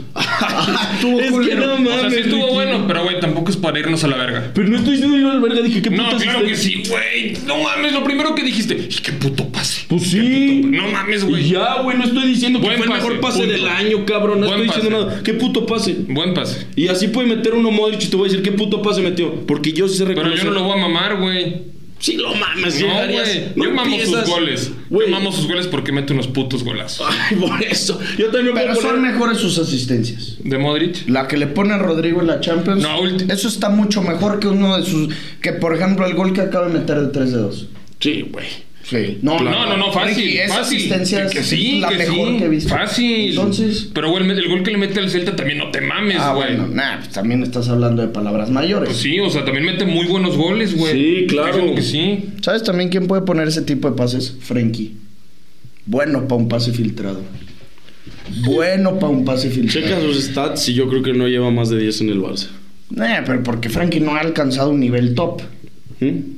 B: Estuvo
D: es que
B: culero.
C: Ah,
D: no
C: O
D: mames.
C: sea, sí estuvo
D: Ricky.
C: bueno, pero güey, tampoco es para irnos a la verga.
D: Pero no estoy diciendo yo al verga, dije que
C: No,
D: putas
C: claro que
D: asistencias.
C: sí, güey. No mames, lo primero que dijiste. Y qué puto pase.
D: Pues sí.
C: No mames,
D: Y
C: güey.
D: ya, güey, no estoy diciendo que
C: Buen
D: fue el
C: pase,
D: mejor pase
C: punto.
D: del año, cabrón. No
C: Buen
D: estoy diciendo
C: pase.
D: nada. ¿Qué puto pase?
C: Buen pase.
D: Y así puede meter uno Modric y te voy a decir qué puto pase metió. Porque yo sí se
C: Pero
D: reconoce.
C: yo no lo voy a mamar, güey.
D: Sí lo mames,
C: No,
D: llegarías.
C: güey.
D: No
C: Yo mamo sus
D: empiezas.
C: goles.
D: Güey.
C: Yo mamo sus goles porque mete unos putos golazos.
D: [LAUGHS] Ay, por eso. Yo también voy a
B: Pero son
D: poner-
B: mejores sus asistencias.
C: De Modric.
B: La que le pone a Rodrigo en la Champions.
C: No, ulti-
B: eso está mucho mejor que uno de sus. Que por ejemplo el gol que acaba de meter de 3 de 2.
D: Sí, güey.
B: Sí. No,
C: No, no, no, fácil.
B: Ricky, esa
C: fácil.
B: asistencia
C: Que-
B: es
C: que sí,
B: la
C: que
B: mejor
C: sí.
B: que he visto.
C: Fácil.
B: Entonces.
C: Pero, güey, el, el gol que le mete al Celta también no te mames,
B: ah,
C: güey.
B: bueno, nah, pues también estás hablando de palabras mayores.
C: Pues sí, o sea, también mete muy buenos goles, güey.
D: Sí, claro.
C: Estoy diciendo que sí.
B: ¿Sabes también quién puede poner ese tipo de pases? Frenkie. Bueno para un pase filtrado. Bueno para un pase
D: Checa
B: filtrado.
D: sus stats y yo creo que no lleva más de 10 en el Barça.
B: Nah, pero porque Frenkie no ha alcanzado un nivel top.
D: ¿Mm?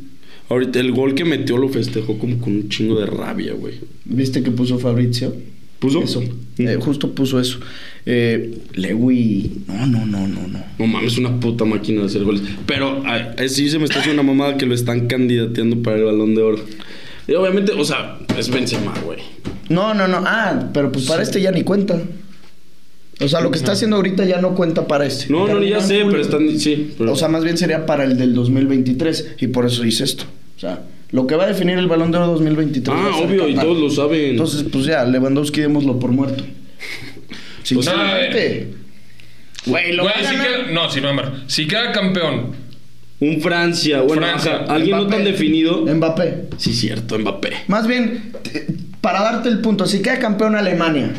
D: Ahorita el gol que metió lo festejó como con un chingo de rabia, güey.
B: ¿Viste que puso Fabrizio?
D: ¿Puso?
B: Eso.
D: Mm.
B: Eh, justo puso eso. Eh, Lewy. No, no, no, no, no.
D: No mames, una puta máquina de hacer goles. Pero ay, eh, sí se me está haciendo una mamada que lo están candidateando para el balón de oro. Y obviamente, o sea, es Benzema, güey.
B: No, no, no. Ah, pero pues para este ya ni cuenta. O sea, lo que está haciendo ahorita ya no cuenta para este.
D: No, no,
B: Termina
D: ya
B: en
D: sé,
B: julio.
D: pero están. Sí, pero.
B: O sea, más bien sería para el del 2023. Y por eso hice esto. O sea, lo que va a definir el Balón de Oro 2023. va a
D: ah,
B: ser
D: obvio, y
B: Qatar.
D: todos lo saben.
B: Entonces, pues ya, Lewandowski démoslo por muerto.
D: Pues
B: Sinceramente. Güey, lo
C: Güey,
B: va a
C: si
B: ganar.
C: queda- no, sin mamar. Si queda campeón,
D: Un Francia, bueno,
C: Francia,
D: ajá, alguien no
B: Mbappé. Em-
D: tan definido.
B: Mbappé.
D: Sí, cierto, Mbappé.
B: Más bien, te- para darte el punto, si queda campeón Alemania,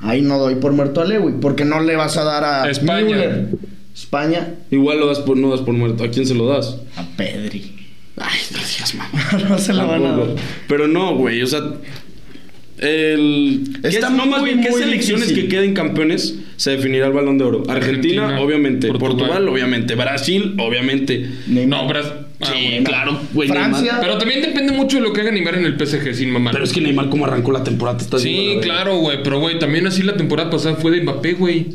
B: ahí no doy por muerto a Lewy, porque no le vas a dar a
C: España.
B: Müller. España
D: Igual lo das por, no das por muerto. ¿A quién se lo das?
B: a Pedri.
D: Ay, no digas, mamá.
B: [LAUGHS] no se la van a dar.
D: Tampoco. Pero no, güey, o sea. El, ¿qué,
B: Está
D: no, más
B: muy,
D: bien, ¿qué
B: muy
D: selecciones
B: difícil.
D: que queden campeones se definirá el balón de oro? Argentina,
C: Argentina,
D: obviamente. Portugal.
C: Portugal.
D: obviamente. Brasil, obviamente.
B: Neymar.
C: no, Bras- ah,
D: Sí,
C: güey.
D: claro, güey.
B: Francia.
D: Neymar.
C: Pero también depende mucho de lo que haga Neymar en el PSG, sin mamar.
D: Pero es que Neymar, como arrancó la temporada, te estás viendo,
C: Sí,
D: la verdad.
C: claro, güey. Pero, güey, también así la temporada pasada fue de Mbappé, güey.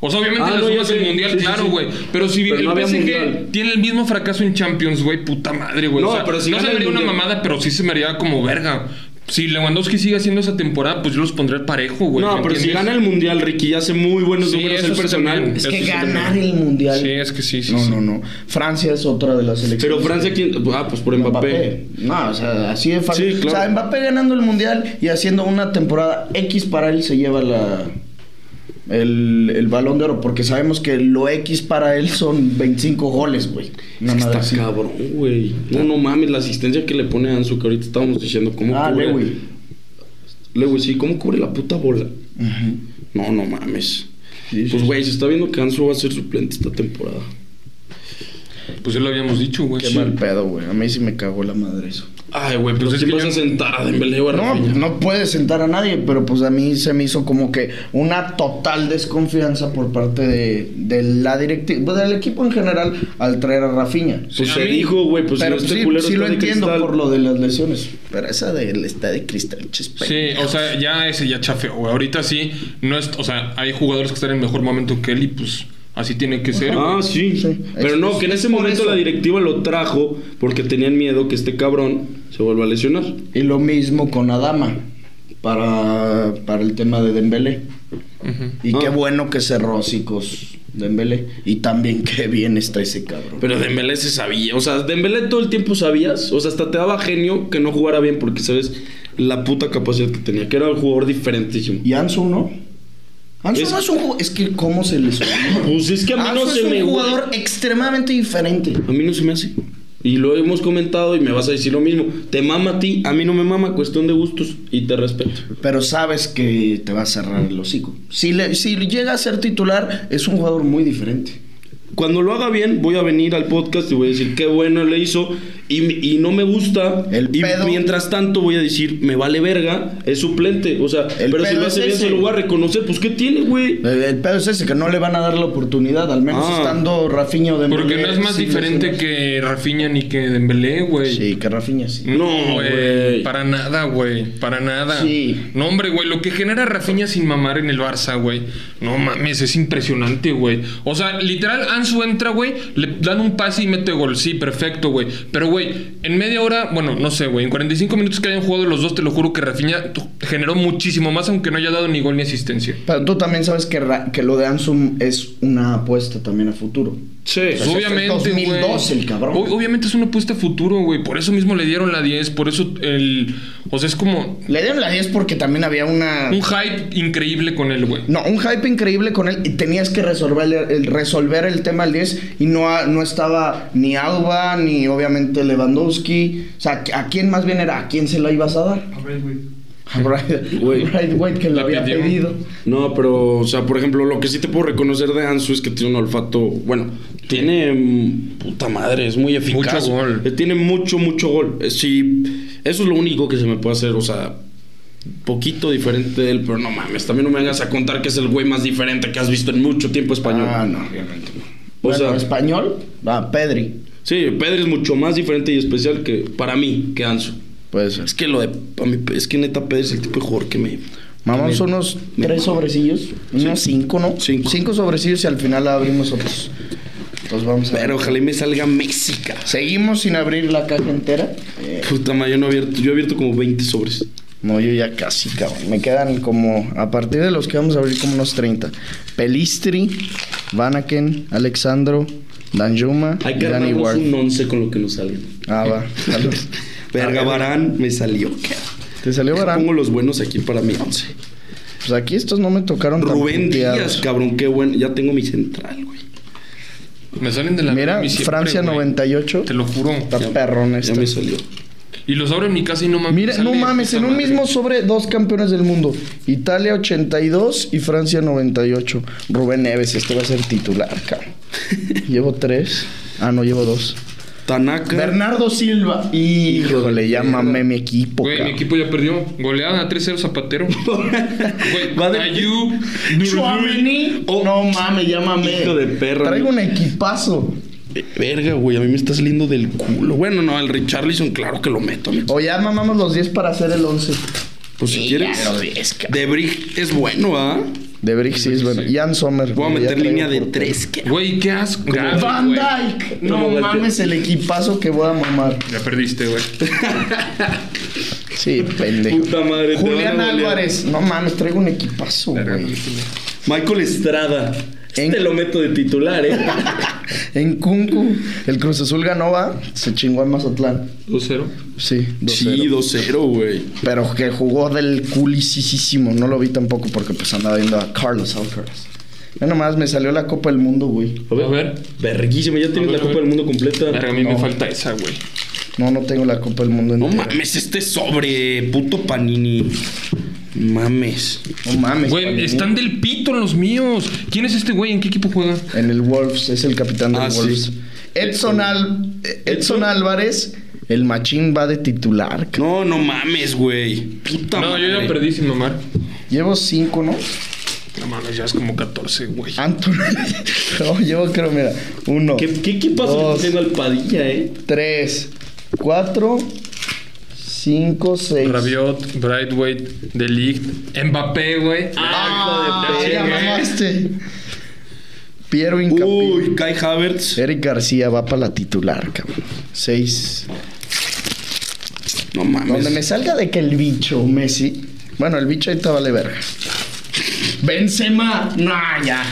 C: O sea, obviamente
D: Ah,
C: las
D: no, ya
C: uvas del
D: sé.
C: mundial,
D: Sí, sí,
C: claro,
D: sí.
C: güey. Pero si
D: Pero
C: el
D: no había
C: PSG
D: mundial.
C: tiene el mismo fracaso en Champions, güey, puta madre, güey.
D: No,
C: O sea,
D: pero si
C: no
D: gana
C: se
D: el
C: vería una
D: mundial.
C: mamada, pero sí se me haría como verga. Si Lewandowski sigue haciendo esa temporada, pues yo los pondré parejo, güey.
D: No,
C: ¿me
D: pero si
C: entiendes?
D: gana el mundial, Ricky, ya hace muy buenos
C: Sí,
D: números
C: eso
D: el
C: sí
D: personal.
C: también.
B: Es que
C: Eso sí
B: ganar
C: también.
B: el mundial.
C: Sí, es que sí, sí.
B: no,
C: sí.
B: no, no. Francia es otra de las selecciones.
D: Pero Francia, ¿quién? Ah, pues por Mbappé.
B: No, o sea, así de fácil.
D: Sí, claro.
B: O sea, Mbappé ganando el mundial y haciendo una temporada X para él se lleva la. el, el balón de oro, porque sabemos que lo X para él son 25 goles, güey.
D: Es
B: Una
D: que
B: madre
D: está
B: así.
D: cabrón, güey. No, no mames, la asistencia que le pone a Ansu, que ahorita estábamos diciendo, ¿cómo
B: Ah,
D: cubre?
B: Lewy.
D: Lewy, sí, ¿cómo cubre la puta bola? No, no mames. Pues, güey, se está viendo que Ansu va a ser suplente esta temporada.
C: Pues ya lo habíamos dicho, güey.
B: Qué
C: Sí.
B: mal pedo, güey. A mí sí me cagó la madre eso.
D: Ay, güey, pero
C: Pues
D: es
C: es
D: que
C: que
D: vas
C: yo-
D: a sentar a Dembélé o a
B: No,
D: Rafinha?
B: no puedes sentar a nadie, pero pues a mí se me hizo como que una total desconfianza por parte de, de la directiva, pues, del equipo en general al traer a Rafiña.
D: Pues
C: a
D: se
C: mí-
D: dijo, güey, pues
B: pero
D: si este
B: sí,
D: culero
B: sí
D: está
B: lo
D: de
B: entiendo
D: cristal.
B: por lo de las lesiones. Pero esa del está de cristal, chispa.
C: Sí, o sea, ya ese ya chafeó, güey. Ahorita sí, no es, o sea, hay jugadores que están en mejor momento que él y pues así tiene que ser.
D: Ah,
C: güey.
D: sí.
B: Sí.
D: Pero
B: Es-
D: no, que en
B: es
D: ese
B: por
D: momento
B: eso.
D: la directiva lo trajo porque tenían miedo que este cabrón se vuelva a lesionar.
B: Y lo mismo con Adama para, para el tema de Dembélé.
C: Ujú.
B: Y
D: Ah.
B: qué bueno que cerró, chicos, Dembélé. Y también qué bien está ese cabrón.
D: Pero Dembélé se sabía. O sea, Dembélé todo el tiempo sabías. O sea, hasta te daba genio que no jugara bien porque sabes la puta capacidad que tenía. Que era un jugador diferentísimo.
B: ¿Y Ansu no? Ansu
D: Es-
B: no es un jugador... Es que cómo se les olvida?
D: Pues [LAUGHS] es que a mí no
B: Ansu
D: se
B: Ah, es un
D: me...
B: jugador extremadamente diferente.
D: A mí no se me hace. Y lo hemos comentado y me vas a decir lo mismo. Te mama a ti, a mí no me mama, cuestión de gustos y te respeto.
B: Pero sabes que te va a cerrar el hocico. Si, le- si llega a ser titular, es un jugador muy diferente.
D: Cuando lo haga bien, voy a venir al podcast y voy a decir qué bueno le hizo y, y no me gusta.
B: El
D: y
B: pedo-
D: mientras tanto voy a decir, me vale verga, es suplente. O sea,
B: El
D: pero si
B: pedo
D: lo
B: es
D: hace bien,
B: ese.
D: se lo voy a reconocer. Pues ¿qué tiene, güey?
B: El, el pedo es ese, que no le van a dar la oportunidad, al menos
D: Ah.
B: estando Rafinha o Dembélé.
C: Porque no es más
B: sin
C: diferente
B: lesiones.
C: que Rafinha ni que Mm. Dembélé, güey.
B: Sí, que Rafinha sí.
D: No,
C: No,
D: güey.
C: güey. Para nada, güey. Para nada.
B: Sí.
C: No, hombre, güey. Lo que genera Rafinha sin mamar en el Barça, güey. No mames, es impresionante, güey. O sea, literal, Ansu entra, güey. Le dan un pase y mete gol. Sí, perfecto, güey. Pero, güey, en media hora, bueno, no sé, güey. En 45 minutos que hayan jugado los dos, te lo juro que Rafinha tu- generó muchísimo más, aunque no haya dado ni gol ni asistencia.
B: Pero tú también sabes que, Ra- que lo de Ansum es una apuesta también a futuro.
D: Sí.
B: sea,
C: obviamente,
B: fue en
C: güey.
B: 2012 el cabrón.
C: Ob- obviamente es una apuesta a futuro, güey. Por eso mismo le dieron la 10. Por eso el. O sea, es como.
B: Le dieron la 10 porque también había una...
C: Un hype increíble con él, güey.
B: No, un hype increíble con él y tenías que resolver el, el- resolver el tema al 10 y no, a- no estaba ni Alba, ni obviamente Lewandowski. O sea, ¿a quién más bien era? ¿A quién se la ibas a dar?
E: A ver, güey.
B: A Bright,
D: Güey.
B: White que lo
C: La
B: había
C: pidió.
B: pedido.
D: No, pero, o sea, por ejemplo, lo que sí te puedo reconocer de Ansu es que tiene un olfato, bueno, tiene mm, puta madre, es muy eficaz.
C: Mucho gol.
D: Eh, Tiene mucho, mucho gol. Eh, Sí, eso es lo único que se me puede hacer, o sea, poquito diferente de él, pero no mames, también no me vengas a contar que es el güey más diferente que has visto en mucho tiempo español.
B: Ah, no, obviamente no.
D: O
B: Bueno,
D: sea-
B: español, ah, Pedri.
D: Sí, Pedro es mucho más diferente y especial que para mí, que Ansu.
B: Puede ser.
D: Es que lo de, a mí, es que neta Pedro es el tipo de jugador que me...
B: Mamamos unos tres sobrecillos, unos cinco, ¿no?
D: Cinco.
B: Cinco sobrecillos y al final abrimos otros. Entonces vamos a ver.
D: Pero ojalá y me salga México.
B: Seguimos sin abrir la caja entera. Eh,
D: Puta madre, yo no he abierto, yo he abierto como 20 sobres.
B: No, yo ya casi, cabrón. Me quedan como, a partir de los que vamos a abrir, como unos 30. Pelistri, Vanaken, Alexandro, Danjuma
D: Hay
B: y
D: que
B: Danny
D: armarnos
B: Ward.
D: un 11 con lo que nos salió.
B: Ah, va. Salud.
D: Verga, Barán me salió.
B: Te
D: [LAUGHS]
B: salió
D: Yo
B: barato.
D: pongo los buenos aquí para mi 11.
B: Pues aquí estos no me tocaron tan
D: Rubén
B: puteados.
D: Díaz, cabrón, qué bueno. Ya tengo mi central, güey.
C: Me salen de la
B: Mira,
C: a mí siempre,
B: Francia
C: güey.
B: 98.
C: Te lo juro.
B: Está perrón
D: Ya
B: esta.
D: me salió.
C: Y los abro en mi casa y no mames.
B: Mira,
C: sale
B: no mames,
C: puta
B: en un
C: madre.
B: mismo sobre dos campeones del mundo. Italia 82 y Francia 98. Rubén Neves, este va a ser titular,
D: [LAUGHS]
B: cabrón. llevo tres. Ah, no, llevo dos.
D: Tanaka.
B: Bernardo Silva. Híjole, ya mamé mi equipo,
C: Güey, mi
B: cabrón.
C: equipo ya perdió. Goleada
B: [LAUGHS]
C: 3-0 Zapatero. Güey,
D: Va de-
C: Ayú,
B: Tchouaméni.
D: Oh,
B: no mames, ya mamé.
D: hijo de perra,
B: Traigo
D: ¿no?
B: un equipazo.
D: Eh, Verga, güey, a mí me está saliendo del culo. Bueno, no, al Richarlison, claro que lo meto. amigo.
B: O ya mamamos los 10 para hacer el 11.
D: Pues si quieres. De Brig es bueno, ¿ah?
B: De Brick sí es bueno. Jan Sommer.
D: Voy a
B: güey, ya
D: meter
B: traigo
D: línea de
B: por-
D: 3, que.
C: Güey, qué asco. güey.
B: Van Dyke. No
D: Como voltea.
B: mames el equipazo que voy a mamar.
C: Ya perdiste, güey.
B: Sí, pendejo.
D: Puta madre, te van
B: Julián
D: a golear.
B: Álvarez. No mames, traigo un equipazo, güey.
D: Michael Estrada.
B: En-
D: Te lo meto de titular, ¿eh? [LAUGHS]
B: En Cuncu, el Cruz Azul ganó, va, se chingó a Mazatlán.
C: 2-0.
B: Sí, 2-0.
D: sí, 2-0, güey.
B: Pero que jugó del culisísimo. No lo vi tampoco porque pues andaba viendo a Carlos Alcaraz. Ya nomás me salió la Copa del Mundo, güey.
C: A ver.
D: Verguísima, ya tienes
C: A ver,
D: la
C: a
D: Copa
C: ver.
D: del Mundo completa.
C: Verga, a mí me
B: No.
C: falta esa, güey.
B: No, no tengo la Copa del Mundo
D: No
B: entera.
D: mames, este sobre, puto Panini. Mames.
B: No mames.
C: Güey,
B: Panini.
C: están del pito los míos. ¿Quién es este güey? ¿En qué equipo juega?
B: En el Wolves, es el capitán del
D: Ah, sí.
B: Wolves. Edson, Al- Edson Álvarez, el machín va de titular. ca-
D: No, no mames, güey. Puta
C: no, yo ya
D: madre.
C: perdí sin mamar.
B: Llevo cinco, ¿no?
C: No mames, ya es como 14, güey.
B: Anthony. [LAUGHS] no, llevo creo, mira. Uno,
D: ¿Qué, qué, qué pasa
B: Dos.
D: que tengo al Padilla, eh?
B: tres, cuatro, cinco, seis.
C: Rabiot, Brightway, De Ligt, Mbappé, güey.
B: Ah,
C: hijo de
B: ya
C: perra.
B: mamaste. Piero Incapié.
D: Uy, Kai Havertz.
B: Eric García va para la titular, cabrón. Seis.
D: No mames.
B: Donde me salga de que el bicho, Messi. Bueno, el bicho ahorita vale verga. Benzema, nah, ya.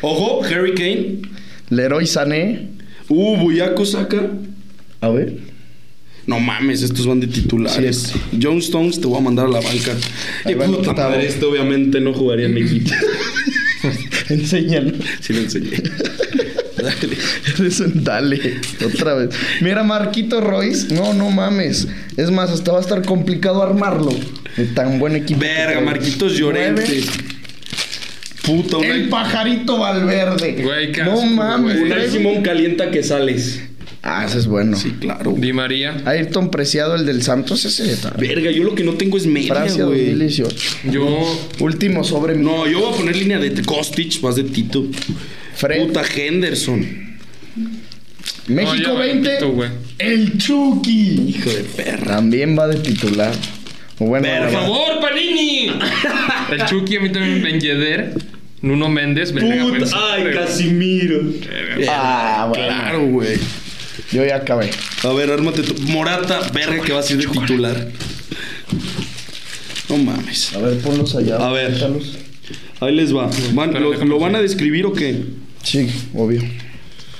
D: Ojo, Harry Kane.
B: Leroy Sané,
D: Uh, Buyaco saca.
B: a ver. [LAUGHS]
D: No mames, estos van de titulares. John Stones te voy a mandar a la banca.
B: Ahí
D: Y
B: va
D: puta
B: el octavo.
D: madre, este obviamente no jugaría en
B: [LAUGHS]
D: mi equipo.
B: Enséñalo.
D: [LAUGHS] sí lo enseñé. Dale.
B: Eres un dale, otra vez. Mira, Marquito Royce. No, no mames. Es más, hasta va a estar complicado armarlo. De tan buen equipo. que
D: Verga,
B: trae.
D: Marquitos
B: Nueve.
D: Llorente. Puta, una-
B: El pajarito Valverde.
C: Güey, qué
B: no
C: asco,
B: mames.
C: güey.
D: una
B: güey.
D: Simón calienta que sales.
B: Ah, ese es bueno.
D: Sí, claro.
C: Di María.
B: Ayrton Preciado, el del Santos, ese está.
D: Verga, yo lo que no tengo es media,
B: Francia
D: güey.
B: 2018.
C: Yo
B: Último sobre mi
D: No, yo voy a poner línea de Kostic, más de Tito.
B: Fred.
D: Puta Henderson.
B: México
C: No, ya vale
B: 20.
C: pito, güey.
B: el Chucky.
D: Hijo de perra.
B: También va de titular. O bueno,
D: Pero,
B: ahora va.
C: ¡Por favor, Panini! El Chucky, a mí también, Ben Yedder, Nuno Méndez, Verga, buen
D: Puta,
C: sobre,
D: ay,
C: güey.
D: Casimiro.
B: Ah, bueno.
D: Claro, güey.
B: Yo ya acabé.
D: A ver, ármate tu. Morata, verga que va a ser de titular. No mames.
B: A ver, ponlos allá.
D: A ver.
B: Quítalos.
D: Ahí les va. Van-
C: Pero
D: lo,
C: déjame
D: lo van
C: ver.
D: a describir o qué?
B: Sí, obvio.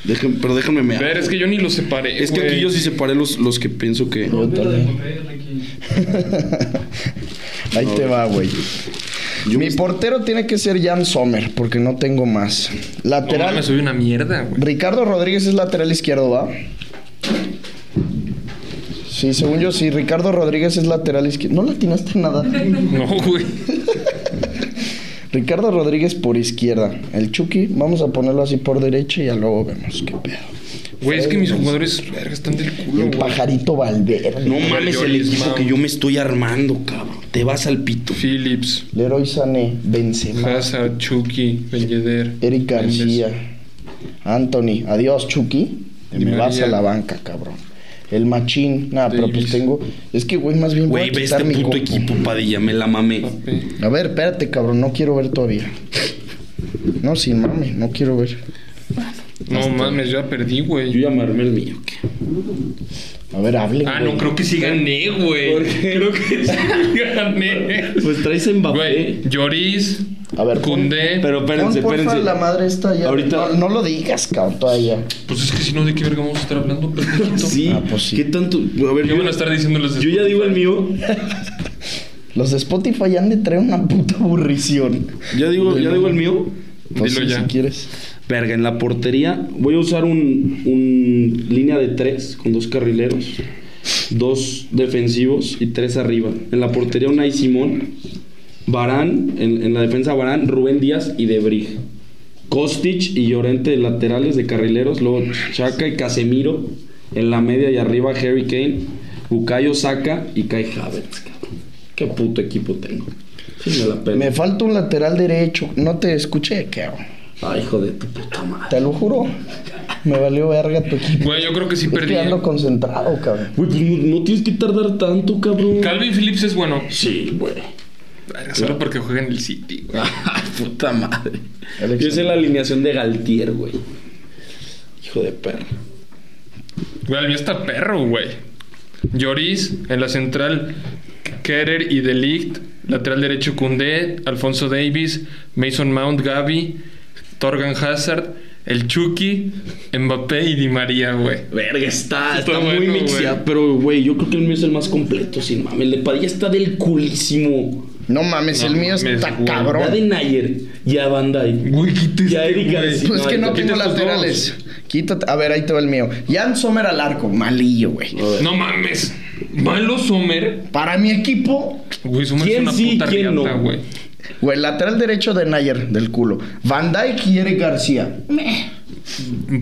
D: Dejen- pero déjenme me.
C: Ver, es que yo ni los separé.
D: Es que aquí
C: güey.
D: yo sí separé los, los que pienso que.
E: Pero de Mbappé, Ricky.
B: [LAUGHS] Ahí te va, güey.
D: Yo
B: Mi portero tiene que ser Jan Sommer, porque no tengo más.
C: No,
B: Lateral.
C: me soy una mierda, güey.
B: Ricardo Rodríguez es lateral izquierdo, ¿va? Sí, según yo sí. Ricardo Rodríguez es lateral izquierdo. No latinaste nada.
C: No, güey.
B: Ricardo Rodríguez por izquierda. El Chucky, vamos a ponerlo así por derecha y ya luego vemos qué pedo.
C: Güey, es que mis jugadores, verga, están del
B: Y
C: culo,
B: el
C: güey.
B: pajarito Valverde.
D: No mames el
C: Lloris,
D: equipo
C: mam.
D: que yo me estoy armando, cabrón. Te vas al pito.
C: Phillips,
B: Leroy Sané, Benzema,
C: Hazard, Chucky, Ben Yedder,
B: Eric
C: Méndez.
B: García, Anthony. Adiós, Chucky. Te
C: Di
B: me vas
C: María.
B: a la banca, cabrón. El machín, nada, pero pues
C: Davis.
B: tengo. Es que, güey, más bien voy
D: Güey,
B: a
D: ve
B: quitar
D: este
B: mi
D: puto
B: compu.
D: equipo, Padilla. Me la mamé.
C: Mbappé.
B: A ver, espérate, cabrón, no quiero ver todavía. No, sin mame, no quiero ver.
C: No mames, ya perdí, güey.
D: ya me armé el mío.
B: A ver, hable.
C: Ah, no, creo que sí gané, güey.
D: ¿Por qué?
C: Creo que sí gané.
D: Pues traes Mbappé.
C: Güey, Lloris,
B: A ver, pon-
C: Cundé.
D: Pero
B: pon,
D: espérense,
B: porfa,
D: espérense.
B: la madre está ya.
D: Ahorita-
B: No, no lo digas, cabrón, todavía.
C: Pues es que si no, ¿de qué verga vamos a estar hablando, pendejito?
D: [LAUGHS] Sí.
B: Ah, pues sí.
D: ¿Qué tanto? A ver,
C: ¿Qué
D: yo,
C: van a estar diciendo los de
D: yo ya digo el mío.
B: Los de Spotify han de traer una puta aburrición.
D: Ya digo, ya digo el mío.
B: Pues
C: Dilo
B: sí,
C: ya.
B: si quieres.
D: Verga, en la portería voy a usar un, un línea de tres con dos carrileros, dos defensivos y tres arriba. En la portería Unai Simón, Barán, en, en la defensa Barán, Rubén Díaz y Debrig. Kostic y Llorente de laterales de carrileros, luego Chaca y Casemiro. En la media y arriba Harry Kane, Bukayo Saka y Kai Havertz. cabrón. Qué puto equipo tengo. Sí, me la pela.
B: Me falta un lateral derecho. No te escuché, cabrón.
D: Ay, hijo de tu puta madre.
B: Te lo juro. Me valió verga tu
C: [LAUGHS]
B: equipo.
C: Güey, yo creo que sí
B: Es
C: perdí. ¿eh?
B: que ando concentrado, cabrón.
D: Güey, pues no, no tienes que tardar tanto, cabrón.
C: Calvin Phillips es bueno.
D: sí,
C: [LAUGHS]
D: güey.
C: Verga, Solo porque juega en el City, güey.
D: Puta madre.
B: Alex-
D: Yo sé la alineación de Galtier, güey. Hijo de perra.
C: Güey, el mío está perro, güey. Lloris, en la central, Kerer y Delict. Lateral derecho, Cundé, Alfonso Davis, Mason Mount, Gaby, Torgan Hazard, el Chucky, Mbappé y Di María, güey.
D: Verga, está,
C: Está
D: está, muy
C: bueno,
D: mixia,
C: güey.
D: pero güey, yo creo que el mío es el más completo, sin mames. El de Padilla está del culísimo.
B: No mames,
C: No
B: el mío
C: mames,
B: está
C: güey.
B: cabrón.
D: Ya de Nayer y a Bandai.
C: Güey, quita
D: Ya
C: este,
D: Eric
C: güey.
D: García.
B: Pues es que
D: No,
B: no
D: te
B: tengo
C: quitas tus
B: laterales. Quítate. A ver, ahí te va el mío. Jan Sommer al arco. Malillo, güey.
C: No mames. Malo Sommer.
B: Para mi equipo,
C: Güey, Sommer es
D: ¿Quién
C: una
D: sí,
C: puta
D: quién
C: riata,
D: no?
C: güey.
B: güey, lateral derecho de Nayer, del culo. Van Dijk y Eric García.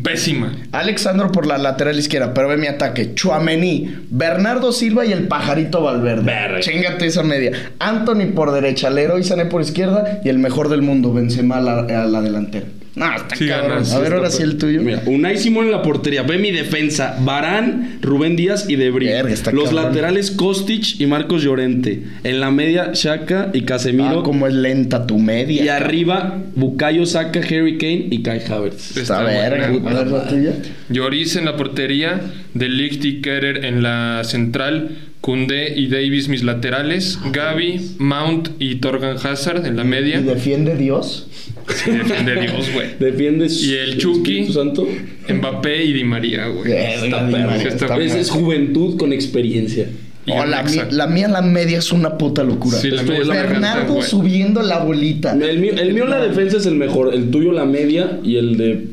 C: Pésima.
B: Alexandro por la lateral izquierda, pero ve mi ataque. Chuamení, Bernardo Silva y el pajarito Valverde.
D: Verga.
B: Chingate esa media. Anthony por derecha, Leroy Sané por izquierda y el mejor del mundo, Benzema a la, a la delantera. No, está
C: Sí,
B: cabrón.
C: ganas.
B: a ver, ahora sí el tuyo.
D: Mira, Unai Simón en la portería. Ve mi defensa. Barán, Rubén Díaz y Debris.
B: Verga, está
D: Los
B: cabrón.
D: laterales Kostic y Marcos Llorente. En la media, Shaka y Casemiro.
B: Ah, como es lenta tu media.
D: y arriba, Bukayo Saka, Harry Kane y Kai Havertz.
B: Está
C: Está
B: verga.
C: buena,
B: A ver, la tuya.
C: Lloris en la portería, De Ligt y Kerer en la central, Kunde y Davis mis laterales, Gaby, Mount y Torgan Hazard en la media.
D: [LAUGHS]
B: ¿Y defiende Dios?
C: Sí, defiende Dios, güey.
D: Defiende su-
C: Y el Chucky.
D: Espíritu Santo.
C: Mbappé y Di María, güey.
B: Verga, Di
C: perro,
B: María,
C: sí
B: está
C: perro.
D: Esa es juventud con experiencia.
C: Y
B: Oh, la,
C: Alexa.
B: mía, la mía, la media es una puta locura.
C: Sí, la media es la garganta,
B: Bernardo
C: güey.
B: subiendo la bolita.
D: El mío, el mío la defensa es el mejor. El tuyo la media y el de.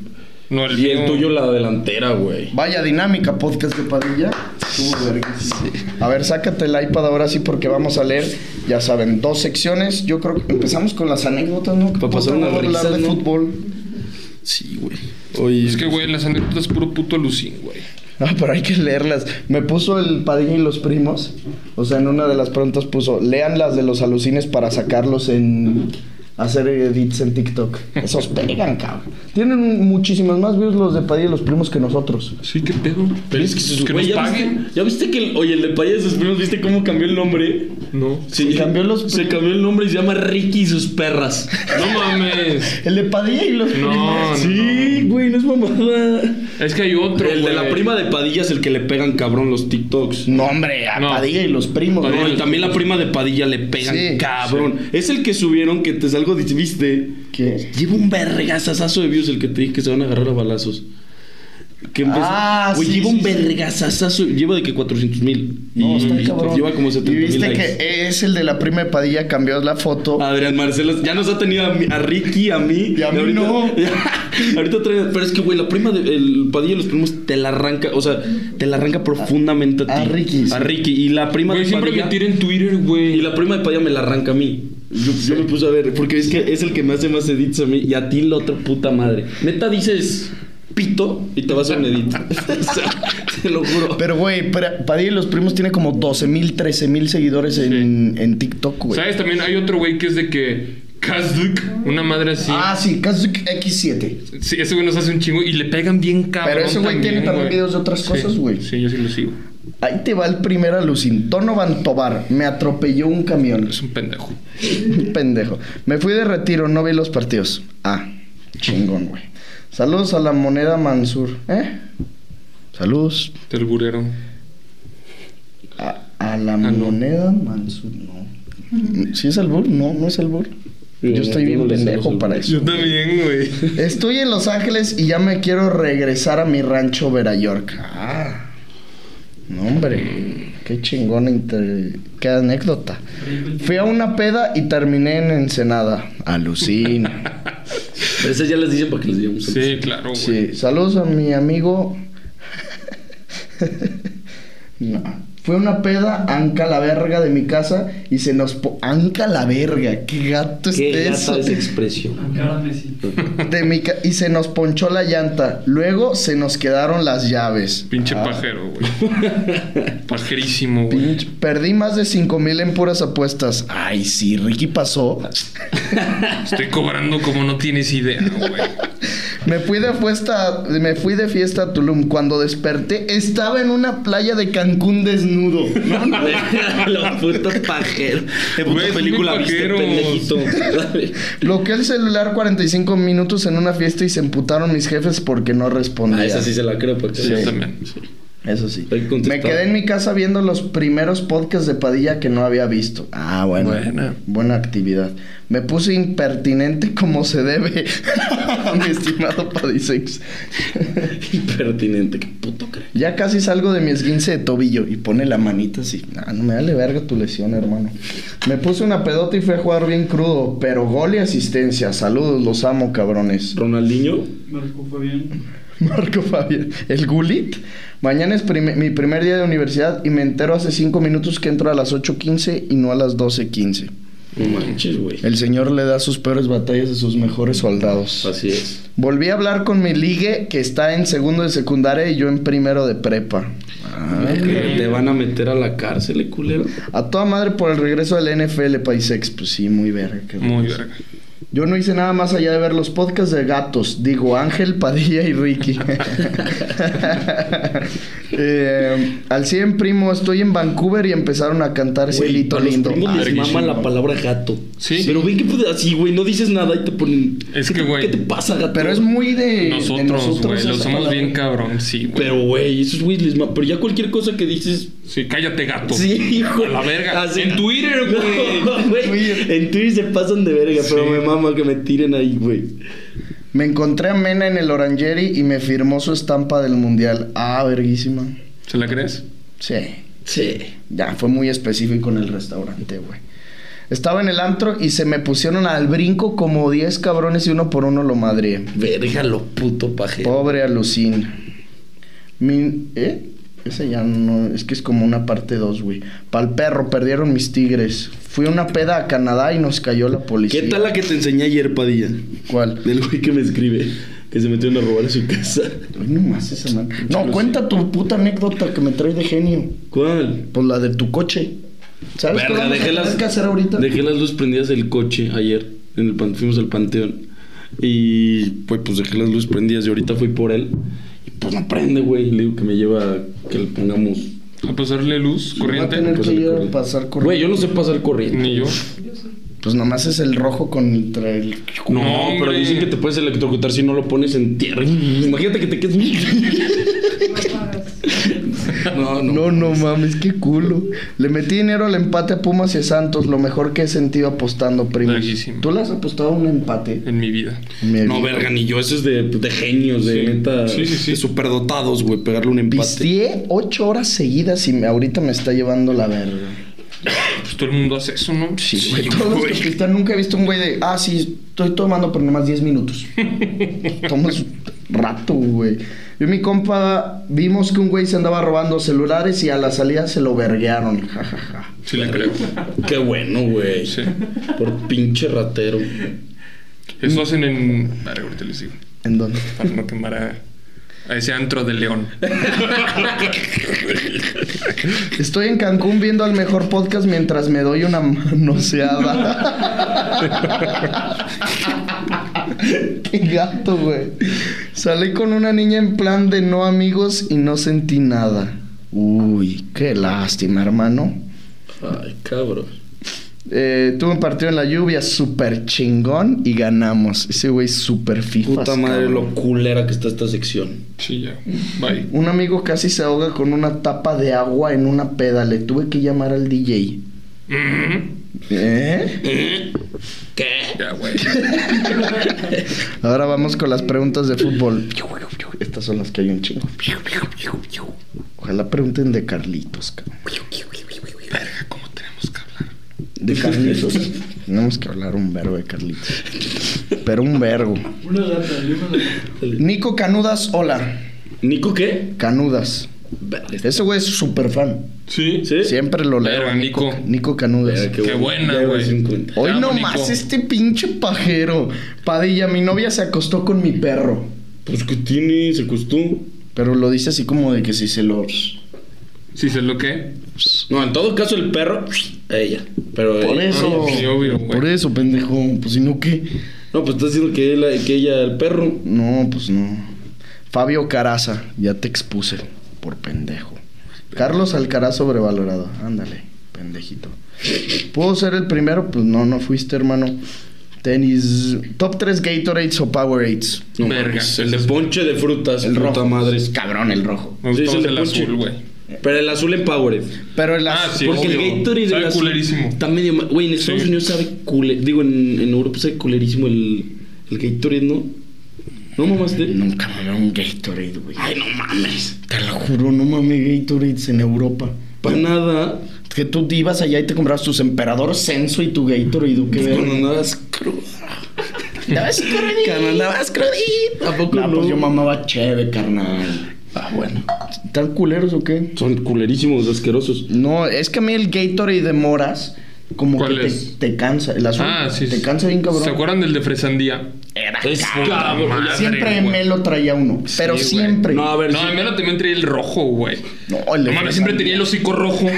C: No, el
D: Y el
C: mío-
D: tuyo la delantera, güey.
B: Vaya dinámica, podcast de Padilla. Estuvo verguísima. A ver, sácate el iPad ahora sí porque vamos a leer, ya saben, dos secciones. Yo creo que empezamos con las anécdotas, ¿no? Que
D: Para pasar
B: puta,
D: unas
B: vamos a hablar
D: risas,
B: de
D: ¿no?
B: fútbol.
D: Sí, güey. Oye.
C: Es que, güey, las anécdotas puro puto lucín, güey.
B: Ah, pero hay que leerlas. Me puso el Padilla y los primos. O sea, en una de las preguntas puso, lean las de los alucines para sacarlos en... Hacer edits en TikTok. Esos pegan, cabrón. Tienen muchísimas más views los de Padilla y los primos que nosotros.
C: Sí, qué pedo. Pero es que, que
D: Pues Güey,
C: nos
D: ¿ya
C: paguen.
D: Viste, ya viste que el, oye, el de Paya de sus primos, ¿viste cómo cambió el nombre?
C: No.
D: Sí,
B: Se cambió los-
D: se cambió el nombre y se llama Ricky y sus perras.
C: No mames.
B: El de Padilla y los
C: No,
B: primos.
C: no,
D: [LAUGHS] Sí, güey, no es mamada.
C: Es que hay otro,
D: El de la
C: güey.
D: prima de Padilla es el que le pegan cabrón los TikToks.
B: No, hombre, a
C: No.
B: Padilla y los primos.
C: Padilla
D: No,
B: güey.
D: y también la prima de Padilla le pegan
B: Sí,
D: cabrón. Es el que subieron que te salgo, de- viste.
B: ¿Qué?
D: Lleva un vergazazazo de views el que te dije que se van a agarrar a balazos. Que empezó,
B: Ah,
D: güey,
B: sí,
D: lleva
B: sí,
D: un
B: sí.
D: vergazazazo, lleva de que 400 mil.
B: No, está cabrón.
D: lleva como 70
B: Y
D: mil
B: viste
D: likes. Ah.
B: que es el de la prima de Padilla, cambió la foto.
D: Adrián Marcelo ya nos ha tenido a, mí- a Ricky, a mí.
B: Y a mí no.
D: [LAUGHS] ahorita trae, pero es que güey, la prima de el Padilla y los primos te la arranca, o sea, te la arranca profundamente a,
B: a
D: ti.
B: Ricky, sí.
D: A Ricky y la prima
C: Güey,
D: de
C: siempre
D: Padilla-
C: me tira en Twitter,
D: Y
C: güey.
D: la prima de Padilla me la arranca a mí. Yo, yo me puse a ver, porque es que es el que me hace más edits a mí y a ti la otra puta madre. Neta dices pito y te vas a un edit. [LAUGHS] O sea, te lo juro.
B: Pero, güey, pra- Padilla y los primos tiene como 12 mil, 13 mil seguidores en, en TikTok, güey.
C: ¿Sabes? También hay otro, güey, que es de que... Kazuk, una madre así.
B: Ah, sí, Kazuki X7.
C: Sí, ese güey nos hace un chingo y le pegan bien cabrón.
B: Pero ese güey tiene también videos de otras
C: Sí,
B: cosas, güey.
C: Sí, yo sí lo sigo.
B: Ahí te va el primer alucin. Donovan Tobar. Me atropelló un
D: [LAUGHS]
B: camión.
C: Es un pendejo.
B: Pendejo. Me fui de retiro, no vi los partidos. Ah, chingón, güey. Saludos a la moneda Mansur. ¿Eh? Saludos.
C: Del burero.
B: A, a la
C: no.
B: moneda Mansur, no. ¿Sí es albur? No, no es albur.
D: Yo
B: Yo estoy
D: no
B: bien
D: le sé
B: pendejo
D: los
B: para
D: albures.
B: eso.
C: también, güey.
B: Estoy en Los Ángeles y ya me quiero regresar a mi rancho Vera York. Ah. No, hombre. Qué chingón. inter- Qué anécdota. Fui a una peda y terminé en Ensenada. Alucina.
D: Pero esas ya las dicen para que les digamos.
C: Sí, claro, güey.
B: Sí, saludos a mi amigo. no. Fue una peda anca la verga de mi casa y se nos po- anca la verga, qué gato es
D: Qué
B: eso.
D: gata esa expresión.
E: Ahora Messi.
B: [LAUGHS] De mi ca- y se nos ponchó la llanta. Luego se nos quedaron las llaves.
C: Pinche
B: Ah,
C: pajero,
B: [LAUGHS]
C: güey. Pajerísimo, güey.
B: pinche- Perdí más de 5 mil en puras apuestas. Ay, sí, Ricky pasó.
C: Estoy cobrando como no tienes idea, güey.
B: Me fui de fiesta, me fui de fiesta a Tulum. Cuando desperté, estaba en una playa de Cancún desnudo. No, no.
D: [LAUGHS] Los putos pajeros. ¿Qué
C: Güey,
D: puta
C: son
D: película
C: bien
D: viste,
C: pajeros.
D: [LAUGHS] pendejito?
B: Bloqueé el celular 45 minutos en una fiesta y se emputaron mis jefes porque no respondía.
D: Ah, esa sí se la creo porque...
C: Sí, yo también.
B: Eso sí.
D: Hay que
B: Me
D: contestar.
B: quedé en mi casa viendo los primeros podcasts de Padilla que no había visto. Ah, bueno.
C: Buena.
B: Buena actividad. Me puse impertinente como se debe, [LAUGHS] mi estimado Padisex.
D: Impertinente, qué puto cree.
B: [LAUGHS] ya casi salgo de mi esguince de tobillo y pone la manita así. Ah, no me dale verga tu lesión, hermano. Me puse una pedota y fui a jugar bien crudo, pero gol y asistencia. Saludos, los amo, cabrones.
D: Ronaldinho,
E: Marco fue bien.
B: [LAUGHS] Marco Fabián, el Gulit. Mañana es prime- mi primer día de universidad y me entero hace 5 minutos que entro a las 8.15 y no a las 12.15.
D: no manches, güey.
B: El Señor le da sus peores batallas a sus mejores soldados.
D: Así es.
B: Volví a hablar con mi ligue que está en segundo de secundaria y yo en primero de prepa.
D: Eh, Te van a meter a la cárcel, eh, culero.
B: A toda madre por el regreso del NFL Paisex. Pues sí, muy verga. qué
C: Muy
B: verga.
C: verga.
B: Yo no hice nada más allá de ver los podcasts de gatos. Digo, Ángel, Padilla y
C: [LAUGHS]
B: Ricky. Eh, al 100, primo, estoy en Vancouver y empezaron a cantar Cielito
D: a los
B: Lindo.
D: primos les
B: Ay,
D: mama la palabra gato.
C: Ah, Sí.
D: Pero ven que pues, así, güey, no dices nada y te ponen.
C: Es
D: ¿Qué
C: que,
D: te-
C: güey,
D: ¿Qué te pasa, gato?
B: Pero es muy de de
C: Nosotros, güey,
B: esa
C: lo somos
B: palabra.
C: bien cabrón, sí, güey.
D: Pero, güey, esos güeyes les mama. Pero ya cualquier cosa que dices.
C: Sí, cállate, gato.
D: Sí, [LAUGHS] hijo.
C: A la verga.
D: Así-
C: En Twitter, güey.
D: [LAUGHS] No, güey. En Twitter se pasan de verga,
C: Sí.
D: pero me mama que me tiren ahí, güey.
B: Me encontré a Mena en el Orangeri y me firmó su estampa del mundial. Ah, verguísima.
C: ¿Se la crees?
B: Sí.
D: Sí.
B: Ya, fue muy específico en el restaurante, güey. Estaba en el antro y se me pusieron al brinco como 10 cabrones y uno por uno lo madrié.
D: Verga, lo puto pajero.
B: Pobre alucín. Mi- ¿Eh? Ese ya no. Es que es como una parte 2, güey. Pal perro, perdieron mis tigres. Fui a una peda a Canadá y nos cayó la policía.
D: ¿Qué tal la que te enseñé ayer, Padilla?
B: ¿Cuál?
D: Del güey que me escribe. Que se metieron a robar a su casa.
B: Ay, no más esa man- No, cuenta tu puta anécdota que me trae de genio.
D: ¿Cuál?
B: Pues la de tu coche. ¿Sabes qué
D: Verga,
B: vamos a
D: dejé
B: tener
D: las,
B: que hacer ahorita?
D: dejé las luces prendidas del coche ayer. En el pan- fuimos al panteón. Y pues, pues dejé las luces prendidas y ahorita fui por él. Y pues no prende, güey. Le digo que me lleva a que le pongamos.
C: A pasarle luz,
B: Va a tener
C: corriente.
B: que
D: Pásale
B: ir a
D: corriente.
B: pasar corriente.
D: Güey, yo no sé pasar corriente.
C: Ni yo.
B: Pues nomás es el rojo contra el.
D: No,
C: No,
D: pero
C: hombre.
D: dicen que te puedes electrocutar si no lo pones
C: [LAUGHS]
D: en tierra. Imagínate que te quedes. no, no.
B: No, no mames, qué culo. Le metí dinero al empate a Pumas y a Santos, lo mejor que he sentido apostando, primo.
C: Verguísima.
B: ¿Tú le has apostado a un empate?
C: En mi vida.
B: Me
D: No, verga, ni yo. Eso es de, de genios, de
C: Sí.
D: neta.
C: Sí, sí, sí.
D: De superdotados, güey. Pegarle un empate.
B: Pisteé ocho horas seguidas y me- ahorita me está llevando la verga.
C: Pues todo el mundo hace eso, ¿no?
B: Sí,
C: [LAUGHS]
B: güey. Todos los que pistean, nunca he visto un güey de, ah, sí, estoy tomando, pero nomás 10 [LAUGHS] minutos. Tomas un rato, güey. Yo y mi compa vimos que un güey se andaba robando celulares y a la salida se lo verguearon. Ja, ja, ja.
C: Sí, le creo.
D: Qué bueno, güey.
C: Sí.
D: Por pinche ratero.
C: Eso hacen en. Vale, ahorita les digo.
B: ¿En dónde?
C: Para no quemar a, a ese antro de león.
B: Estoy en Cancún viendo al mejor podcast mientras me doy una
D: [LAUGHS]
B: manoseada. Qué gato, güey. Salí con una niña en plan de no amigos y no sentí nada. Uy, qué lástima, hermano.
D: Ay, cabrón.
B: Eh, tuve un partido en la lluvia súper chingón y ganamos. Ese güey súper FIFA.
D: Puta madre, lo culera que está esta sección.
C: Sí, ya. Bye.
B: Un amigo casi se ahoga con una tapa de agua en una peda. Le tuve que llamar al DJ. ¿Eh?
D: ¿Qué?
C: Mm-hmm. Ya, güey.
B: Ahora vamos con las preguntas de fútbol. Estas son las que hay un chingo. Ojalá pregunten de Carlitos, cabrón.
C: Verga, ¿cómo tenemos que hablar?
B: De
C: [LAUGHS]
B: Carlitos. Tenemos que hablar un verbo de Carlitos. Pero un verbo.
E: Una lata, y una lata.
B: Nico Canudas, hola.
D: ¿Nico qué?
B: Canudas.
D: Verga,
B: Ese güey es súper fan.
C: Sí.
D: ¿Sí?
B: este Siempre lo leo.
C: Verga,
B: a Nico.
C: Nico.
B: Nico Canudas.
D: Verga,
C: Qué
D: bueno.
C: buena,
D: Ya
C: güey.
D: ves un cuento.
C: Te
B: Hoy
C: amo,
B: nomás
C: Nico.
B: este pinche pajero. Padilla, mi novia se acostó con mi perro.
D: Pues que tiene, se costó.
B: Pero lo dice así como de que si se lo...
C: Sí, sé lo que.
D: No, en todo caso el perro, a ella. Pero
B: Por
D: eh,
B: eso.
C: sí, obvio, güey.
B: por eso, pendejo. Pues si no, ¿qué?
D: No, pues está diciendo que, él- que ella, el perro.
B: No, pues no. Fabio Caraza, ya te expuse por pendejo. Carlos Alcaraz sobrevalorado. Ándale, pendejito. ¿Puedo ser el primero? Pues no, no fuiste, hermano. Tenis. Top 3 Gatorades o Powerades.
D: No
C: Verga.
D: mames, El de ponche de frutas.
B: El
D: puta
B: rojo.
D: madre.
B: Es cabrón el rojo.
C: Me
D: Sí,
C: gustó
D: es el
C: más
D: de
C: el
D: ponche.
C: azul, güey.
D: Pero el azul en Power.
B: Pero el
C: Ah,
B: az-
C: sí,
D: Porque
C: obvio.
D: el Gatorade
C: Sabe
D: del azul
C: culerísimo.
D: Está medio. ma- Güey, en Estados
C: Sí.
D: Unidos sabe cule. Digo, en, en Europa sabe culerísimo el, el Gatorade, ¿no? ¿No mamaste?
B: Nunca me veo un Gatorade, güey. Ay, no mames. Te lo juro, no mames Gatorades en Europa.
D: Para nada.
B: Que tú te ibas allá y te comprabas tus emperador censo y tu Gatorade. ¿o ¿Qué
D: [LAUGHS] Cuando
B: verga?
D: andabas cruda.
B: Andabas crudito. Andabas crudito.
D: ¿A poco
B: no?
D: no?
B: pues yo mamaba cheve, carnal. Ah, bueno. ¿Están culeros o qué?
D: Son culerísimos, asquerosos.
B: No, es que a mí el Gatorade de moras como
C: ¿Cuál
B: que te,
C: es?
B: te cansa. El azul
C: Ah, sí.
B: te
C: sí.
B: cansa bien cabrón.
C: ¿Se acuerdan del de Fresandía?
B: Era
D: Es
B: cabrón.
D: cabrón.
C: Madre,
B: Siempre
C: güey.
B: me lo traía uno. Pero
C: güey.
B: siempre.
D: No, a ver.
C: No,
D: sí.
C: a mí ahora también traía el rojo, güey.
B: No, el de
C: No mames, siempre
B: Fresandía.
C: tenía el
B: [LAUGHS]
C: hocico rojo.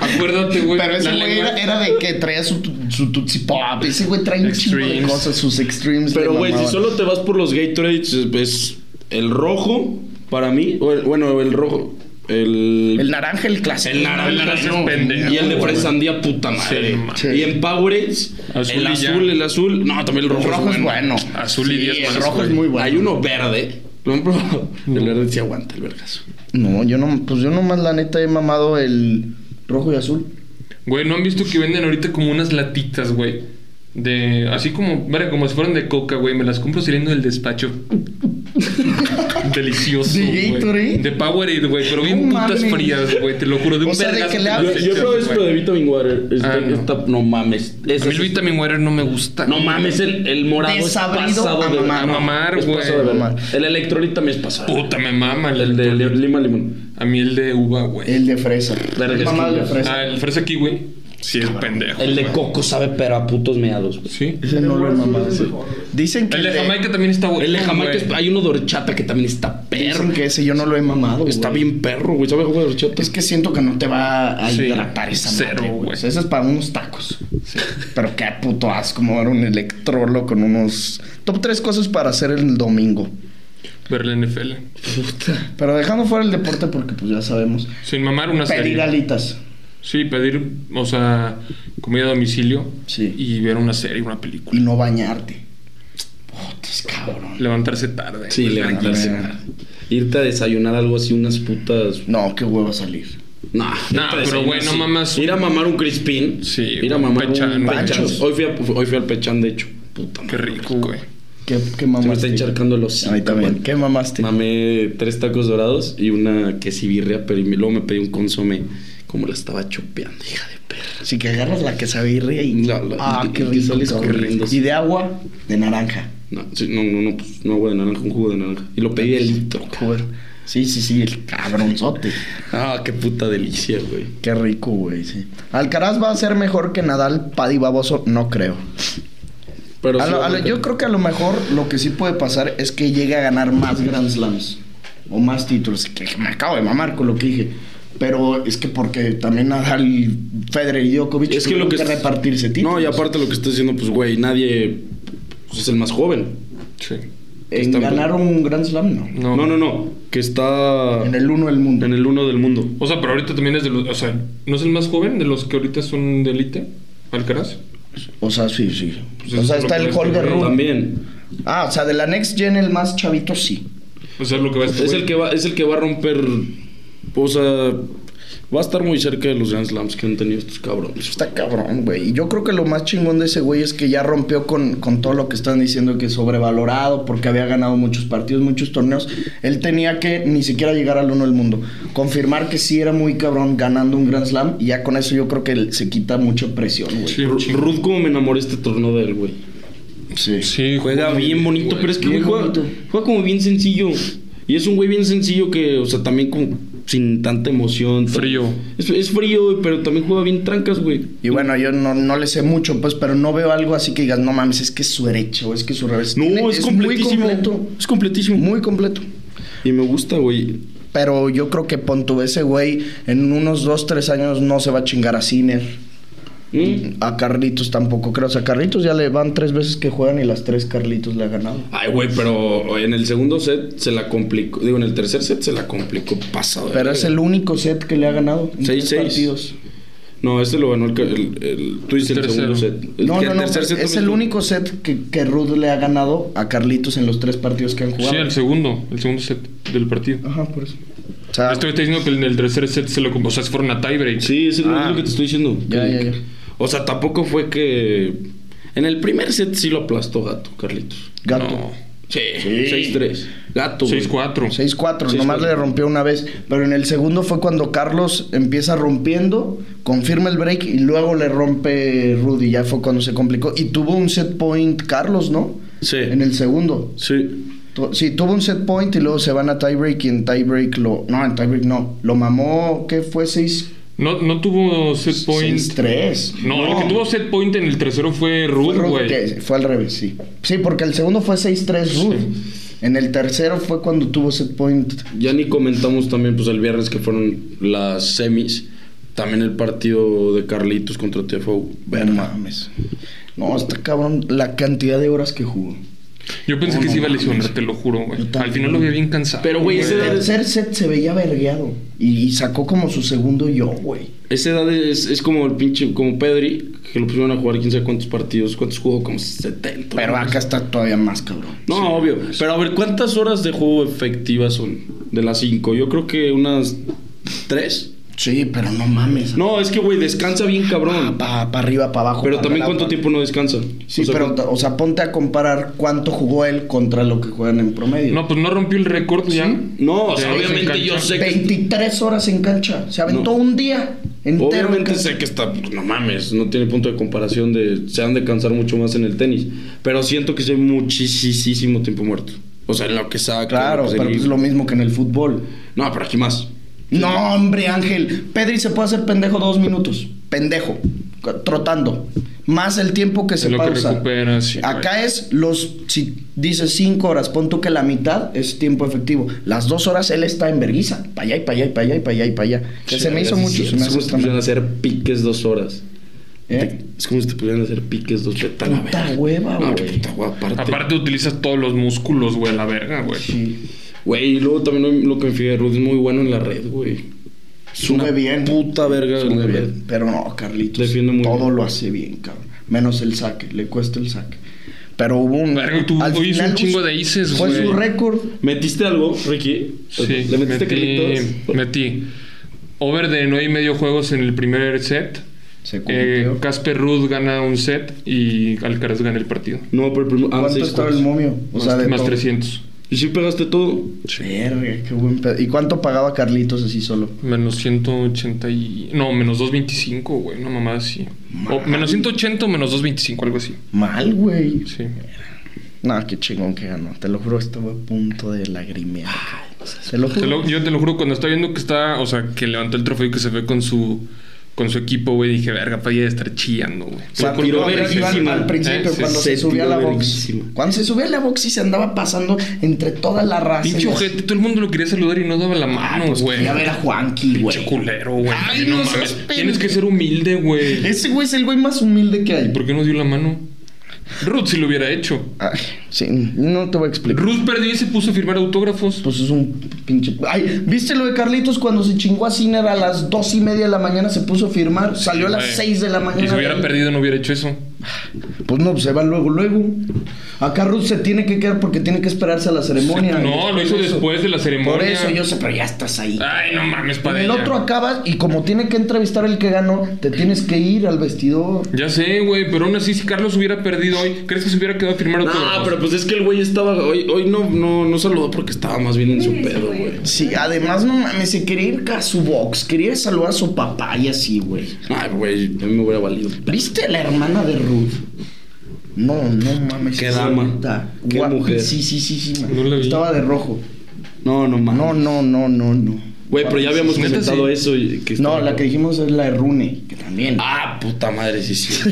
C: Acuérdate, güey.
B: Pero ese
C: la
B: güey
C: lengua.
B: era, era de que traía su, tu- su Tootsie Pop. Ese güey trae un chingo de
C: Extremes.
B: cosas, sus extremes.
D: Pero,
B: le
D: güey, si
B: mamaban.
D: solo te vas por los Gatorades, es- es el rojo, para mí. o el- bueno, el rojo. El.
B: El naranja, el clásico.
D: El naranja,
C: naranja es
B: no.
C: pendejo.
D: y el de
C: güey.
D: presandía, puta madre.
C: Sí, no mames.
D: Y en Powerades,
C: Azul
D: el
C: y ya.
D: azul, el azul. No, también el rojo.
B: El rojo es bueno.
C: Azul y
B: Sí,
C: diez
B: El
C: más,
B: rojo
C: güey.
B: es muy bueno.
D: Hay uno verde. ¿Lo han
C: [LAUGHS]
D: probado? El verde sí aguanta, el vergazo.
B: No, yo no, pues yo nomás la neta he mamado el rojo y azul.
C: Güey, ¿no han visto que venden ahorita como unas latitas, güey? De... Así como... Verga, como si fueran de coca, güey. Me las compro saliendo
B: [LAUGHS]
C: del despacho. Delicioso,
B: ¿De
C: güey.
B: Gatorade?
C: De Powerade, güey. Pero
B: No
C: bien putas
B: mames.
C: frías, güey. Te lo juro. De
B: O
C: un
B: sea, de
C: vergazo
B: que le
C: te
B: haces- Yo-
C: lo
D: Yo, yo
C: echas,
D: probé esto
C: güey.
D: de Vitamin Water. Está-
C: Ah, no.
D: está- no mames.
C: A mí el Vitamin Water no me gusta.
D: No mames, el, el morado es
B: Desabrido
D: pasado
B: a
D: de
B: mamar.
C: A mamar,
D: Es
C: güey.
D: pasado de verga.
B: Mamar.
D: El electrolito también es pasado.
C: Puta, me mama. El,
D: El de li- lima limón.
C: A mí el de uva, güey.
B: El de fresa.
D: Verga, es
B: Mamá
D: que-
B: de fresa.
C: Ah, el fresa aquí, güey. Sí, es pendejo.
D: El de
C: güey.
D: coco sabe pero a putos meados. güey.
C: Sí.
B: Ese no lo he mamado. Dicen que
C: El de Jamaica también está bueno.
D: El de Jamaica
C: güey.
D: es- hay uno de horchata que también está perro.
B: Dicen que ese yo no lo he mamado.
D: Está
B: güey.
D: bien perro, güey. ¿Sabe jugar de horchata?
B: Es que siento que no te va a
C: Sí,
B: hidratar esa
C: cero,
B: madre, güey.
C: güey.
B: O sea, Eso es para unos tacos. Pero qué puto asco mover un electrolo con unos... Top tres cosas para hacer el domingo.
C: Ver la NFL.
B: Pero dejando fuera el deporte porque pues ya sabemos.
C: Sin mamar una
B: Pedir
C: serie.
B: alitas.
C: Sí, pedir, o sea, comida a domicilio.
B: Sí.
C: Y ver una serie, una
B: Y
C: película.
B: no bañarte. Putas, cabrón.
C: Levantarse tarde.
D: Sí,
C: güey.
D: levantarse.
B: verga.
D: Pues, Irte a desayunar algo así, unas putas.
B: No, qué huevo salir.
D: Nah, irte
C: Nah,
D: a
C: pero,
D: desayunar
C: güey, no
D: así.
C: mamas.
D: Ir a mamar un crispín.
C: Sí,
D: Ir a
C: un
D: mamar
C: pechán,
D: un
C: güey.
D: pechán.
B: Panchos.
D: Hoy fui, a- hoy fui al pechán, de hecho. Puta
C: Qué
D: madre.
C: rico, güey.
B: ¿Qué, qué
D: Se me
B: mamaste?
D: está encharcando los
B: A mí también. ¿Qué mamaste?
D: Mamé tres tacos dorados y una quesibirria, pero y me- luego me pedí un consomé. Como la estaba chopeando, hija de perra.
B: Si que agarras la quesabirria y...
D: La- la-
B: ah,
D: y-
B: qué
D: y
B: rico.
D: sales
B: cabrón.
D: corriendo.
B: Y de agua, de naranja.
D: No, sí, no, no, no, pues, no agua de naranja, un jugo de naranja. Y lo pedí de litro, cabrón.
B: Joder. Sí, sí, sí, el cabronzote.
D: Ah, qué puta delicia, güey.
B: Qué rico, güey, sí. Alcaraz va a ser mejor que Nadal, Paddy Baboso, no creo.
D: Pero
B: A
D: sí,
B: lo- a lo-
D: güey.
B: yo creo que a lo mejor lo que sí puede pasar es que llegue a ganar más Grand Slams o más títulos, que me acabo de mamar con lo que dije. Pero es que porque también Nadal, Federer y Djokovic
D: Es que lo
B: tuvieron
D: que
B: que
D: es-
B: repartirse títulos.
D: No, y aparte lo que estás diciendo, pues, güey, nadie pues, es el más joven.
C: Sí.
B: en
D: están-
B: ganar un Grand Slam no.
C: No.
D: No, no, no. Que está
B: En el uno del mundo.
D: en el uno del mundo.
C: O sea, pero ahorita también es de los. O sea, ¿no es el más joven de los que ahorita son de élite? Alcaraz.
B: O sea, sí, sí.
C: Pues
B: o
C: eso
B: sea,
C: es lo
B: está
C: que
B: el
C: es,
B: Holger
C: güey.
B: Rune.
D: También.
B: Ah, o sea, de la Next Gen el más chavito sí.
C: O sea, es lo que va a este
D: Es
C: güey.
D: el que va, es el que va a romper. O sea, va a estar muy cerca de los Grand Slams que han tenido estos cabrones.
B: Está cabrón, güey. Y yo creo que lo más chingón de ese güey es que ya rompió con, con todo lo que están diciendo que es sobrevalorado porque había ganado muchos partidos, muchos torneos. Él tenía que ni siquiera llegar al uno del mundo. Confirmar que sí era muy cabrón ganando un Grand Slam y ya con eso yo creo que él se quita mucha presión, güey.
C: Sí, un
D: Ru-
C: chingo.
D: Ruth, como me enamoré este torneo de él, güey.
B: Sí.
C: Sí,
D: Juega bien bonito, pero es que
B: bien
D: güey, juega,
B: bonito.
D: juega como bien sencillo. Y es un güey bien sencillo que, o sea, también como sin tanta emoción. tan-
C: Frío.
D: Es, es frío, güey, pero también juega bien trancas, güey.
B: Y bueno, yo no, no le sé mucho, pues, pero no veo algo así que digas, no mames, es que es su derecho o es que es su revés.
D: No,
B: Tiene-
D: es,
B: muy
D: completísimo.
B: completo.
D: Es completísimo.
B: Muy completo.
D: Y me gusta, güey.
B: Pero yo creo que Pontu, ese güey, en unos dos, tres años no se va a chingar a Ciner.
D: Mm.
B: A Carlitos tampoco creo. O sea, Carlitos ya le van tres veces que juegan y las tres Carlitos le ha ganado.
D: Ay, güey, pero en el segundo set se la complicó. Digo, en el tercer set se la complicó pasado. de
B: Pero es
D: verga.
B: el único set que le ha ganado. en
D: Seis,
B: tres
D: seis.
B: partidos.
D: No, este lo ganó el. que- el, el- tú dices el
C: Tercero.
D: segundo set. El
B: No,
D: que-
B: no, no.
D: tercer set
B: Es el
D: también estuvo-
B: único set que, que Ruth le ha ganado a Carlitos en los tres partidos que han jugado.
C: Sí, el segundo, el segundo set del partido.
B: Ajá, por eso. O sea,
C: Estoy diciendo que en el tercer set se lo, o sea, se fueron a tiebreak.
D: Ah. Sí, es el-
B: Ah.
D: es lo que te estoy diciendo.
B: Ya,
D: Que-
B: ya, ya.
D: O sea, tampoco fue que. En el primer set sí lo aplastó Gato, Carlitos.
B: gato.
C: No.
D: Sí. 6-3. Gato. güey.
C: 6-4.
B: 6-4,
D: Sí,
B: nomás
D: sí.
B: le rompió una vez. Pero en el segundo fue cuando Carlos empieza rompiendo, confirma el break y luego le rompe Rudy. Ya fue cuando se complicó. Y tuvo un set point Carlos, ¿no?
D: Sí.
B: En el segundo.
D: Sí.
B: Tu- Sí, tuvo un set point y luego se van a tiebreak y en tiebreak lo... No, en tiebreak no. Lo mamó, ¿qué fue? 6
C: No, no tuvo set point.
B: 6-3.
C: No, el que tuvo set point en el tercero fue
B: Fue
C: Ruth,
B: Ruth
C: güey.
B: que- Fue al revés, sí. Sí, porque el segundo fue 6-3 Ruth. En el tercero fue cuando tuvo set point.
D: Ya ni comentamos también, pues el viernes que fueron las semis. También el partido de Carlitos contra TFO.
B: Ver, mames. No, está cabrón la cantidad de horas que jugó.
C: Yo pensé que se iba a lesionar, te lo juro, güey.
B: Yo también.
C: Al final lo vi bien cansado.
D: Pero, güey, ese
B: El
D: era-
B: tercer set se veía vergueado. Y, y sacó como su segundo yo, güey.
D: Esa edad es, es como el pinche, como Pedri, que lo pusieron a jugar quién sabe cuántos partidos, cuántos jugó, como 70.
B: Pero
D: ¿no?
B: acá está todavía más cabrón.
D: No, obvio. Pero a ver, ¿cuántas horas de juego efectivas son de las 5? Yo creo que unas 3.
B: Sí, pero no mames.
D: No, es que, güey, descansa bien cabrón.
B: Para arriba, para abajo.
D: Pero
B: pa'
D: también
B: adelante,
D: cuánto
B: pa-
D: tiempo no descansa.
B: Sí,
D: O sea,
B: pero, o sea, ponte a comparar cuánto jugó él contra lo que juegan en promedio.
C: No, pues no rompió el récord ya.
D: No, o sea,
C: De-
D: obviamente
C: en
D: yo
C: cancha.
D: sé que...
B: 23 horas en cancha. Se aventó
D: No.
B: un día entero. en
D: Obviamente
B: cancha.
D: sé que está... pues, No mames, no tiene punto de comparación de... Se han de cansar mucho más en el tenis. Pero siento que soy muchísimo tiempo muerto. O sea, en lo que saca... en
B: Claro,
D: lo que se
B: pero
D: liga.
B: es lo mismo que en el fútbol.
D: No, pero aquí más.
B: No, hombre, Ángel. Pedri se puede hacer pendejo dos minutos. Pendejo. Trotando. Más el tiempo que se
C: Es lo que
B: pausa.
C: recuperas, sí, güey.
B: Acá es los. Si dices cinco horas, pon tú que la mitad es tiempo efectivo. Las dos horas él está en verguiza. Para allá y para allá y para allá y para allá y para allá. Que se me hizo mucho. Se me hace
D: Es como si te pusieran a
B: esta-
D: hacer piques dos horas.
B: ¿Eh?
D: Es como si te pudieran hacer piques dos veces.
B: Puta hueva,
D: No,
B: güey.
D: puta hueva, aparte.
C: Aparte utilizas todos los músculos, güey, a la verga, güey.
B: Sí.
D: Güey, y luego también lo que me fijé, Rudy es muy bueno en la red, güey. Es
B: Sube bien.
D: Puta verga en la
B: Sube
D: red.
B: bien, Pero no, Carlitos.
D: Defiende muy
B: todo
D: bien.
B: lo hace bien, cabrón. Menos el saque. Le cuesta el saque. Pero hubo un.
C: Verga, tú hoy hizo un chingo de ices,
B: Fue
C: güey.
B: su récord.
D: ¿Metiste algo, Ricky?
C: Sí,
D: ¿Le metiste calitos?
C: metí, metí over de nueve y medio juegos en el primer set.
B: Se
C: Eh,
B: cumplió.
C: Casper Ruth gana un set y Alcaraz gana el partido.
D: No, pero el primero. Ah,
B: ¿Cuánto
D: seis
B: estaba
D: cuartos.
B: el momio? O sea, de
C: pues. más
B: todo.
C: 300.
D: ¿Y si pegaste todo?
B: Verga, qué buen pedo. ¿Y cuánto pagaba Carlitos así solo?
C: Menos 180 y... No, menos 225, güey. Una mamada así. O menos 180 o menos 225, algo así.
B: Mal, güey.
C: Sí.
B: No, qué chingón que ganó. Te lo juro, estaba a punto de lagrimear. cabrón. Te lo juro.
C: Te lo- yo te lo juro, cuando estaba viendo que está... O sea, que levantó el trofeo y que se fue con su... Con su equipo, güey. Dije, verga, para de estar chillando, güey.
B: Se
D: Lo
B: tiró
D: tiró
B: verguísima
D: verguísima.
B: al principio
C: Eh, sí,
B: cuando se,
D: se
B: subió a
D: tiró
B: la box.
D: verguísima.
B: Cuando se subió a la box y se andaba pasando entre toda la raza.
C: Pinche
B: Los-
C: ojete. Todo el mundo lo quería saludar y no daba la mano, güey.
B: Ah, pues, Quería ver a Juanqui,
C: Pinche
B: güey.
C: culero, güey.
B: Ay,
C: No
B: no
C: mames.
B: seas pendejo.
C: Tienes que ser humilde, güey.
B: Ese güey es el güey más humilde que hay.
C: ¿Por qué no dio la mano? Ruth si lo hubiera hecho.
B: Ay, sí, no te voy a explicar.
C: Ruth perdió y se puso a firmar autógrafos.
B: Pues es un pinche. Ay, ¿viste lo de Carlitos cuando se chingó a Ciner a las dos y media de la mañana? Se puso a firmar. Salió a las
C: Güey.
B: seis de la mañana.
C: Y si hubiera
B: de ahí.
C: perdido no hubiera hecho eso.
B: Pues no, pues se va luego, luego. Acá Ruth se tiene que quedar porque tiene que esperarse a la ceremonia.
C: No, lo hizo
B: Por eso.
C: después de la ceremonia.
B: Por eso yo sé, pero ya estás ahí.
C: Ay, no mames,
B: Con
C: padre.
B: el otro acabas y como tiene que entrevistar el que ganó, te tienes que ir al vestidor.
C: Ya sé, güey, pero aún así si Carlos hubiera perdido hoy, ¿crees que se hubiera quedado a firmar autógrafos?
D: No, pero pues es que el güey estaba. Hoy, hoy no, no, no saludó porque estaba más bien en su pedo, güey.
B: Sí, además no mames, se quería ir a su box, quería saludar a su papá y así, güey.
D: Ay, güey, a mí me hubiera valido.
B: ¿Viste la hermana de Ruth? No, no mames.
D: Qué
B: esa
D: dama.
B: neta,
D: Qué
B: guapa.
D: mujer.
B: Sí, sí, sí, sí. man.
C: No la vi.
B: Estaba de rojo.
D: No, no mames.
B: No, no, no, no, no.
D: Güey, pero ya habíamos
C: Neta,
D: comentado
C: sí.
D: eso. Y que
B: No,
D: estaba-
B: la que dijimos es la de Rune, que también.
D: Ah, puta madre, sí, sí.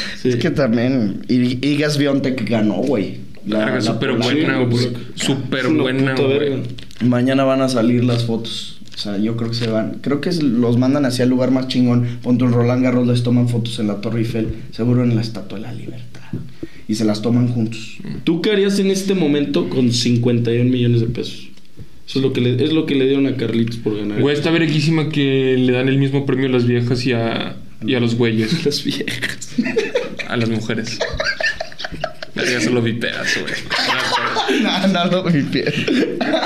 B: [LAUGHS] Es que también. Y, y Gas Bionte que ganó, güey. La-
C: Verga,
B: la
C: súper buena,
B: polaca.
C: güey.
D: polaca.
C: Súper
D: Es una
C: buena,
D: puta
C: güey.
D: verga.
B: Mañana van a salir las fotos. O sea, yo creo que se van. Creo que es- los mandan hacia el lugar más chingón. Ponte un Roland Garros, les toman fotos en la Torre Eiffel. Seguro en la Estatua de la Libertad. Y se las toman juntos.
D: ¿Tú qué harías en este momento con 51 millones de pesos? Eso es lo que le, es lo que le dieron a Carlitos por ganar.
C: Güey, está verguísima que le dan el mismo premio a las viejas y a, y a los güeyes.
D: [LAUGHS] Las viejas.
C: A las mujeres. Ya solo vi pedazo, güey.
B: [LAUGHS] No, no, no, mi pie.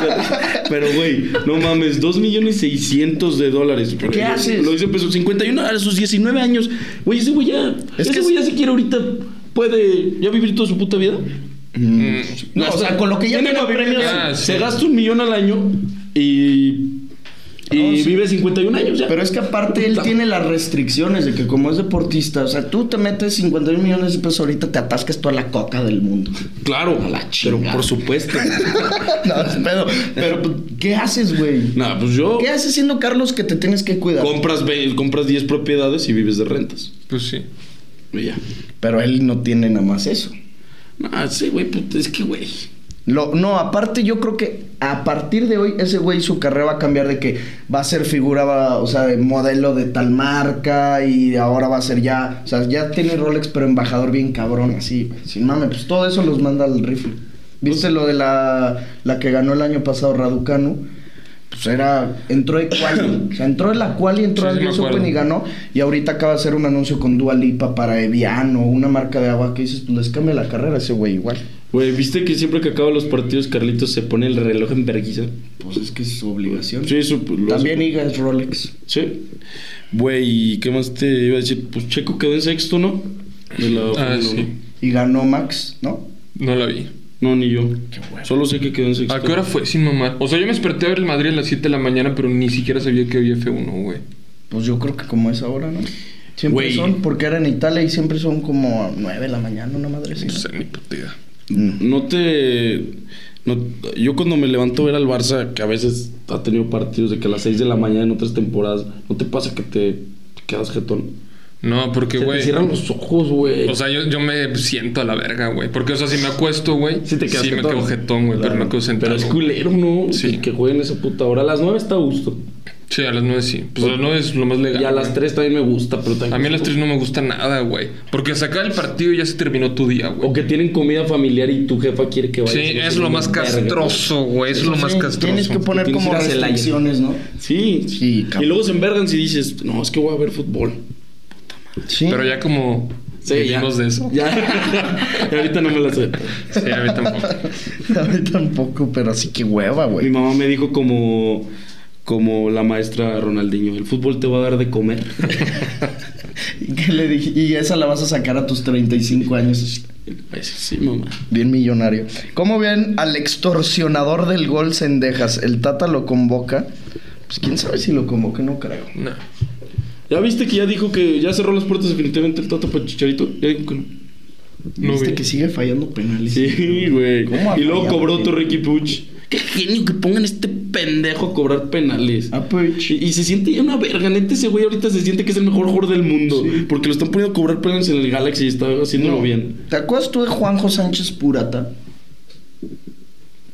D: [LAUGHS] Pero, güey, no mames, 2 millones 600 de dólares. Pero, güey,
B: haces?
D: Lo dice peso 51 a sus 19 años. Güey, ese güey ya.
B: Es
D: ese
B: que
D: güey
B: es-
D: ya si quiere ahorita puede ya vivir toda su puta vida.
C: Mm,
B: No, o sea, con lo que ya
D: tiene
B: tiene
D: para vivir,
B: premios-
D: ya,
C: Ah, sí.
D: Se gasta un millón al año y. Y
B: No, sí.
D: vive 51 años ya.
B: Pero es que aparte él tiene las restricciones de que como es deportista, o sea, tú te metes 51 millones de pesos ahorita, te atascas toda la coca del mundo.
D: Claro,
B: A la
D: pero
B: chingada.
D: por supuesto.
B: [LAUGHS] no, es pedo. Pero, pues, ¿qué haces, güey?
D: Nada, pues yo.
B: ¿Qué haces siendo Carlos que te tienes que cuidar?
D: Compras, ve- compras 10 propiedades y vives de rentas.
C: pues sí.
D: Y ya.
B: Pero él no tiene nada más eso.
D: Nah, sí, güey, puta, es que, güey.
B: Lo- no, aparte yo creo que a partir de hoy ese güey su carrera va a cambiar de que va a ser figura, va- o sea, de modelo de tal marca y ahora va a ser ya, o sea, ya tiene Rolex pero embajador bien cabrón, así, güey. sin mame, pues todo eso los manda al rifle. ¿Viste
C: Pues
B: lo de la, la que ganó el año pasado Raducanu? Pues era, entró de
C: [COUGHS]
B: quali, o sea, entró en la quali, entró
C: Sí,
B: al
C: sí me
B: US Open
C: acuerdo.
B: y ganó. Y ahorita acaba de hacer un anuncio con Dua Lipa para Evian o una marca de agua que dices, pues les cambia la carrera a ese güey igual.
D: Güey, ¿viste que siempre que acaban los partidos, Carlitos se pone el reloj en verguiza?
B: Pues es que es su obligación.
D: Sí, eso pues, lo
B: También
D: hace.
B: Iga es Rolex.
D: Sí. Güey, ¿y ¿qué más te iba a decir? Pues Checo quedó en sexto, ¿no? De la
C: Ah,
D: Fórmula
C: sí.
D: uno.
B: Y ganó Max, ¿no?
C: No la vi.
D: No, ni yo. Solo sé que quedó en sexto.
C: ¿A qué hora fue? Sin mamar. O sea, yo me desperté a ver el Madrid a las 7 de la mañana, pero ni siquiera sabía que había F1, güey.
B: Pues yo creo que como es ahora, ¿no? Siempre
D: Güey.
B: son, porque era en Italia y siempre son como a 9 de la mañana, una madre
D: Pues
B: así.
C: No sé, ni puta idea.
B: Mm.
D: No te. no- yo cuando me levanto a ver al Barça, que a veces ha tenido partidos de que a las 6 de la mañana en otras temporadas, ¿no te pasa que te, te quedas jetón?
C: No, porque,
D: Se te
C: güey.
D: cierran los ojos, güey.
C: O sea, yo, yo me siento a la verga, güey. Porque, o sea, si me acuesto, güey.
D: Sí te quedas
C: me
D: jetón.
C: quedo jetón, güey.
D: Claro.
C: Pero me quedo sentado.
D: Pero es culero, ¿no?
C: Sí.
D: Que, que jueguen esa puta hora. A las 9 está a gusto.
C: Sí, a las 9 sí. Pues a las 9 es lo más legal.
D: Y a las
C: güey.
D: 3 también me gusta, pero también.
C: A mí a las 3 no me gusta nada, güey. Porque se acaba el partido y ya se terminó tu día, güey.
D: O que tienen comida familiar y tu jefa quiere que vayas.
C: Sí, es lo más castroso, güey. Es lo más
B: Sí, Tienes que
C: castroso.
B: poner
D: Tienes
B: como
D: que ir a Celaya.
B: restricciones, ¿no?
D: Sí.
B: Sí, cabrón.
D: y luego se envergan si dices, no, es que voy a ver fútbol.
B: Sí.
C: Pero ya como vivimos de eso.
D: Ya. [LAUGHS] y ahorita no me la sé.
C: Sí, a mí tampoco.
B: [LAUGHS] A mí tampoco, pero así que hueva,
D: Mi
B: güey.
D: mamá me dijo como, como la maestra Ronaldinho, el fútbol te va a dar de comer.
B: [LAUGHS]
D: [LAUGHS]
B: ¿Y qué le dije? Y esa la vas a sacar a tus 35 años.
D: Pues, sí, mamá.
B: Bien millonario. ¿Cómo ven al extorsionador del gol Sendejas? El Tata lo convoca. Pues quién sabe si lo convoca, no creo.
C: No.
D: ¿Ya viste que ya dijo que ya cerró las puertas definitivamente el Tata para Chicharito? Ya dijo que no.
C: No
B: Viste
C: vi.
B: que sigue fallando penales.
D: Sí, güey.
B: ¿Cómo
D: Y luego
B: fallado,
D: cobró otro
B: güey?
D: Ricky Puch. Qué genio que pongan este pendejo a cobrar penales.
B: Ah, pues.
D: Y, y se siente ya una verga, neta ese güey ahorita se siente que es el mejor jugador del mundo. Porque lo están poniendo a cobrar penales en el Galaxy y está haciéndolo bien.
B: ¿Te acuerdas tú de Juanjo Sánchez Purata?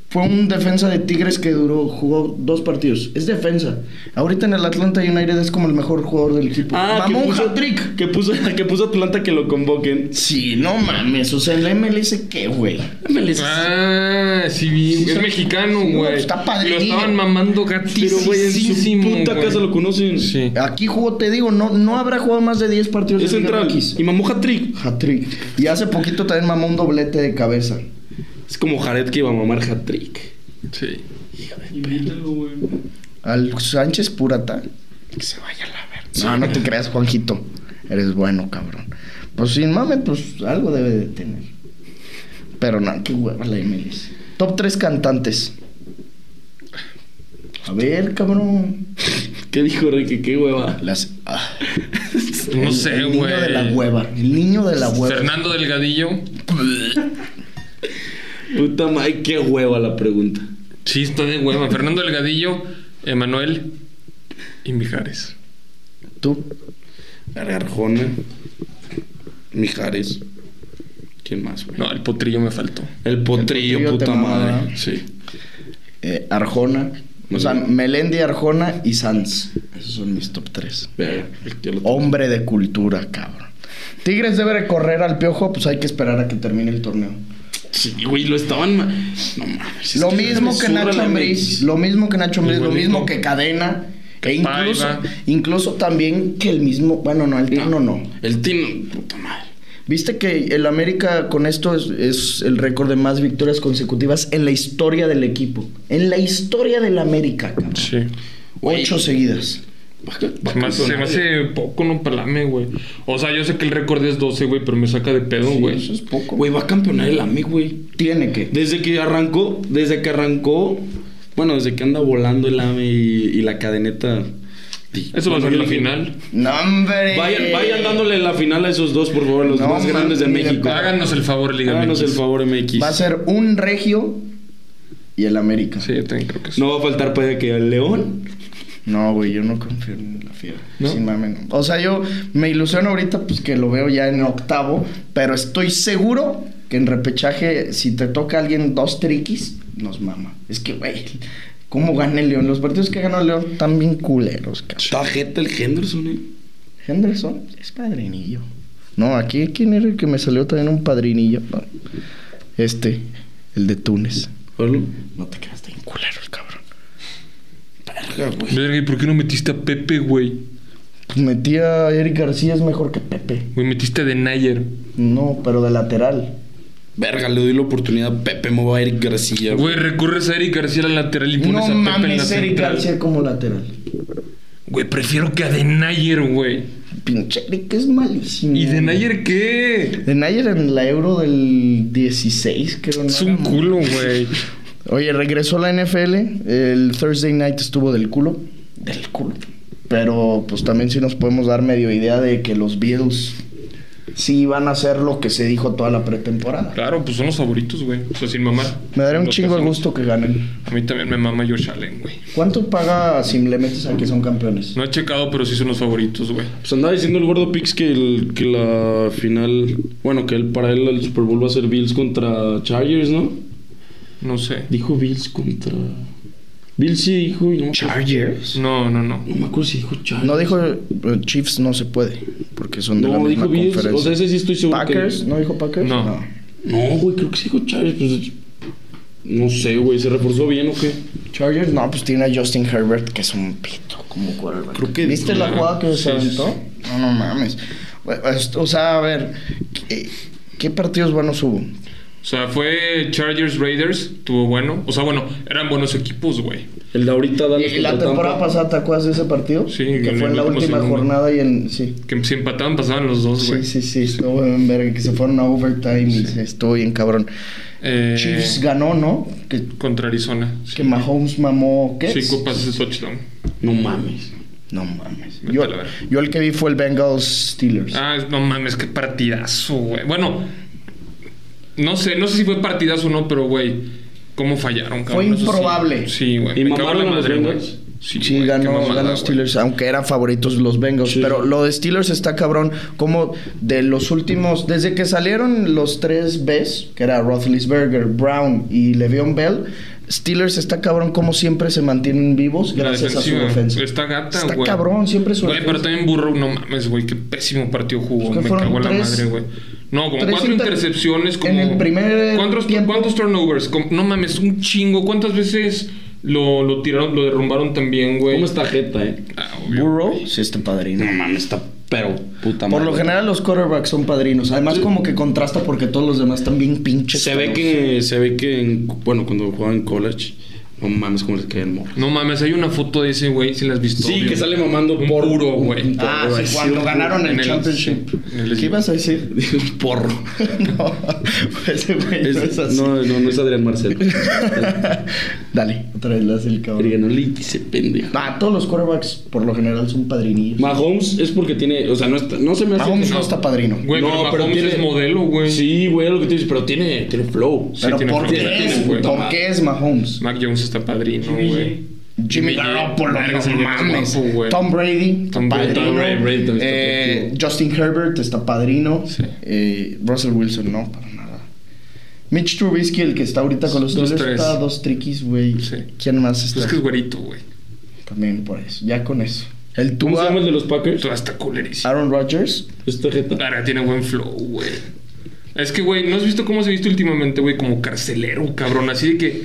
B: Fue un defensa de Tigres que duró, jugó dos partidos. Es defensa. Ahorita en el Atlanta United es como el mejor jugador del equipo. Mamó un hat-trick.
D: Ah, que puso, [LAUGHS] que puso a Atlanta que lo convoquen.
B: Sí, no mames. O sea, el MLS, ¿qué, güey?
D: MLS.
C: Ah, sí vi.
B: Sí,
C: es
B: sí.
C: mexicano,
B: Sí,
C: güey.
B: está padrísimo.
C: Lo estaban mamando
D: Pero
C: gatísimo.
D: güey, en su puta casa lo conocen.
C: Sí.
B: Aquí jugó, te digo, no, no habrá jugado más de 10 partidos.
D: Es
B: de Liga
D: central.
B: MX.
D: Y mamó hat-trick.
B: Hat-trick. Y hace poquito también mamó un doblete de cabeza.
D: Es como Jared que iba a mamar hat-trick.
C: Sí.
E: Invítalo, güey.
B: Al Sánchez Purata.
D: Que se vaya a la verga.
B: No, no te creas, Juanjito. Eres bueno, cabrón. Pues sin mame, pues algo debe de tener. Pero no, qué hueva la MLS. Top 3 cantantes. A ver, cabrón.
D: ¿Qué dijo Ricky? Qué hueva.
B: Las- ah.
C: No
B: El-
C: sé,
B: El niño de la
C: güey.
B: hueva. El niño de la hueva.
C: Fernando Delgadillo.
D: Puta madre, qué hueva la pregunta.
C: Sí, está de hueva. Fernando Delgadillo, Emanuel y Mijares.
B: Tú.
D: Arjona. Mijares. ¿Quién más, güey?
C: No, el potrillo me faltó.
D: El potrillo,
B: El potrillo te
D: puta
B: mama,
D: madre.
B: ¿verdad?
D: Sí.
B: eh, Arjona. O sea,
D: Ujú.
B: Melendi, Arjona y Sanz. Esos son mis top 3.
D: Verga, Oh, ya lo tengo.
B: Hombre de cultura, cabrón. Tigres debe recorrer al piojo, pues hay que esperar a que termine el torneo.
D: Sí, güey, lo estaban. ma- No mames. es
B: Lo
D: que
B: mismo
D: me
B: que
D: zurra
B: Nacho
D: la
B: Ambriz,
D: nariz.
B: lo mismo que Nacho Ambriz, lo
C: Igualito.
B: mismo que Cadena.
C: Que
B: e incluso,
C: Paiva.
B: incluso también que el mismo, bueno, no, el Tino no.
D: El Tino, puta madre.
B: Viste que el América con esto es, es el récord de más victorias consecutivas en la historia del equipo. En la historia del América, cabrón.
C: Sí.
D: Güey.
B: Ocho seguidas.
C: Se me, hace, se me hace poco, no palame, güey. O sea, yo sé que el récord es 12, güey, pero me saca de pedo, güey.
B: Eso es poco.
D: Güey, va a campeonar el AMI, güey.
B: Tiene que.
D: Desde que arrancó, desde que arrancó, bueno, desde que anda volando el AME y, y la cadeneta. di-
C: Eso va a ser
D: bueno,
C: la final.
B: No, hombre.
D: Vayan, vayan dándole la final a esos dos, por favor, los
B: No,
D: más
B: man,
D: grandes de
B: ni de
D: México.
B: pedo.
C: Háganos el favor, Liga
D: Háganos
C: MX.
D: el favor, MX.
B: Va a ser un regio y el América.
C: Sí, yo también creo que sí.
D: No va a faltar para que el León.
B: No, güey, yo no confío en la fiebre.
C: ¿No?
B: Sin mame, no. O sea, yo me ilusiono ahorita, pues que lo veo ya en octavo, pero estoy seguro que en repechaje, si te toca a alguien dos triquis, nos mama. Es que, güey, ¿cómo gana el León? Los partidos que ganó el León están bien culeros, cabrón.
D: Tajeta el Henderson, eh.
B: Henderson es padrinillo. No, aquí, ¿quién era el que me salió también un padrinillo? No. Este, el de Túnez.
D: Pablo.
B: No te quedaste en culero el cabrón.
D: Verga, güey.
C: Verga, ¿y por qué no metiste a Pepe, güey?
B: Pues metí a Eric García, es mejor que Pepe.
C: Güey, metiste a De Nayer.
B: No, pero de lateral.
D: Verga, le doy la oportunidad a Pepe Mova Eric García, güey.
C: Güey, recurres a Eric García al lateral y pones
B: No
C: a Pepe en la
B: mames, Eric
C: central.
B: García como lateral.
C: Güey, prefiero que a De Nayer, güey.
B: Pinche Eric es malísimo.
C: ¿Y De Nayer qué?
B: De Nayer en la Euro del 16, creo. ¿no?
C: Es un
B: Era-
C: culo, güey.
B: Oye, regresó la NFL. El Thursday night estuvo del culo. Del culo. Pero pues también sí nos podemos dar medio idea de que los Bills sí van a hacer lo que se dijo toda la pretemporada.
C: Claro, pues son los favoritos, güey. O sea, sin mamar.
B: Me daría un
C: Los
B: chingo de
C: casos-
B: gusto que ganen.
C: A mí también me mama Josh Allen, güey.
B: ¿Cuánto paga si le metes a que son campeones?
C: No he checado, pero sí son los favoritos, güey.
D: Pues andaba diciendo el gordo Pix que, el- que la final. Bueno, que él, para él el Super Bowl va a ser Bills contra Chargers, ¿no?
C: No sé.
D: Dijo Bills contra. Bills sí dijo y no. me acuerdo-
B: Chargers.
C: No, no, no.
D: No me acuerdo si dijo Chargers.
B: No dijo eh, Chiefs, no se puede, porque son de la
D: No,
B: misma
D: dijo Bills.
B: conferencia.
D: O sea, ese sí estoy seguro. que-
B: Packers, ¿no dijo Packers?
C: No.
D: No, güey, creo que sí dijo Chargers. Pues, no sé, güey, ¿se reforzó bien o qué?
B: Chargers, no, pues tiene a Justin Herbert, que es un pito como quarterback.
D: Creo que-
B: ¿Viste la
C: Sí,
B: jugada que
C: sí,
B: se aventó? No, no mames. O sea, a ver, ¿qué, qué partidos buenos hubo?
C: O sea, fue Chargers Raiders, tuvo bueno. O sea, bueno, eran buenos equipos, güey.
D: El de ahorita Dallas
B: Y la
D: contra
B: temporada
D: Tampa.
B: pasada, ¿te acuerdas de ese partido?
C: Sí,
B: que
C: en
B: fue
C: el
B: en la
C: último
B: última
C: segundo.
B: jornada y en. Sí.
C: Que si empataban, pasaban los dos,
B: Sí,
C: güey.
B: sí, sí, estuvo en verga, que se fueron a overtime y se estuvo bien cabrón.
C: Eh,
B: Chiefs ganó, ¿no? Que,
C: contra Arizona. Sí.
B: que Mahomes mamó, ¿qué?
C: Cinco pases de touchdown.
D: No mames.
B: No mames.
C: Vete
B: Yo,
C: a la verga.
B: yo el que vi fue el Bengals Steelers.
C: Ah, no mames, qué partidazo, güey. Bueno, no sé, no sé si fue partidazo o no, pero, güey, cómo fallaron, cabrón.
B: Fue
C: Eso sí.
B: improbable.
C: Sí, güey.
D: ¿Y
C: me cago en la
D: mamaron a los
C: madre, güey.
D: Bengals?
C: Sí,
B: Sí,
C: güey, qué
B: ganó,
C: mamada,
B: ganó
C: güey.
B: Steelers, aunque eran favoritos los Bengals.
D: Sí.
B: Pero lo de Steelers está cabrón. Como de los últimos, desde que salieron los tres Bs, que era Roethlisberger, Brown y Le'Veon Bell, Steelers está cabrón como siempre se mantienen vivos
C: La
B: gracias a su
C: defensiva.
B: defensa.
C: Está gata,
B: Está
C: güey.
B: cabrón, siempre su
C: Güey, pero
B: defensa.
C: también Burrow, no mames, güey. Qué pésimo partido jugó.
B: Es que
C: Me
B: fueron
C: cago en la
B: tres-
C: madre, güey. No, como
B: tres
C: cuatro
B: inter-
C: intercepciones. Como...
B: en el primer
C: ¿Cuántos,
B: tiempo.
C: cuántos turnovers? Como- No mames, un chingo. ¿Cuántas veces lo, lo tiraron, lo derrumbaron también, güey?
D: ¿Cómo está Jeta, eh?
C: Ah, obvio.
B: Burrow, sí está padrino.
D: No mames, está pero puta
B: Por
D: madre.
B: lo general los quarterbacks son padrinos. Además como que contrasta porque todos los demás están bien pinches.
D: Se ve
B: feos.
D: que. Se ve que. en- bueno, cuando jugaba en college. No mames, cómo les caían morro.
C: No mames, hay una foto de ese güey, si la has visto.
D: Sí,
C: obvio.
D: que sale mamando
C: Un
D: por-
C: puro, güey.
D: un-
B: Ah, sí, cuando ganaron el,
C: En el-
B: championship.
C: en el-
B: ¿Qué ibas a decir? [LAUGHS]
D: Digo, porro.
B: no, [LAUGHS] ese güey no es
D: [LAUGHS] Es-
B: así.
D: no, no, no es Adrián [LAUGHS] Marcelo.
B: [LAUGHS] Dale, otra vez le hace el
D: Verga,
B: cabrón.
D: no le quise pendejo.
B: Ah, todos los quarterbacks por lo general son padrinillos.
D: Mahomes es porque tiene. O sea, no, está- no se me hace.
B: Mahomes
D: que-
B: no está padrino.
C: Güey,
D: No,
C: pero
D: pero
C: Mahomes
D: tiene-
C: es modelo, güey.
D: Sí, güey, lo que tú dices, pero tiene, tiene flow.
B: Pero
C: tiene
B: ¿por
C: problema,
B: qué es?
C: güey.
B: ¿Por qué es Mahomes?
C: Mac Jones está padrino, güey.
B: Jimmy Garoppolo,
C: Verga,
B: no
C: señor,
B: mames.
C: guapo, güey.
B: Tom Brady,
C: Tom Brady,
B: padrino.
D: Tom Brady, Brady también está
B: Eh,
D: atractivo.
B: Justin Herbert está padrino.
C: Sí.
B: Eh, Russell Wilson, no, para nada. Mitch Trubisky, el que está ahorita con los
C: Dos,
B: Steelers,
C: tres.
B: está dos triquis, güey.
C: Sí.
B: ¿Quién más está?
C: Pues es que es güerito, güey.
B: También por eso, ya con eso. El
D: ¿Cómo se
B: Tua,
D: llama el de los Packers?
C: Toda está culerísimo.
B: Aaron Rodgers,
D: Esta jeta.
C: Ahora tiene buen flow, güey. Es que, güey, ¿no has visto cómo se ha visto últimamente, güey? Como carcelero, cabrón. Así de que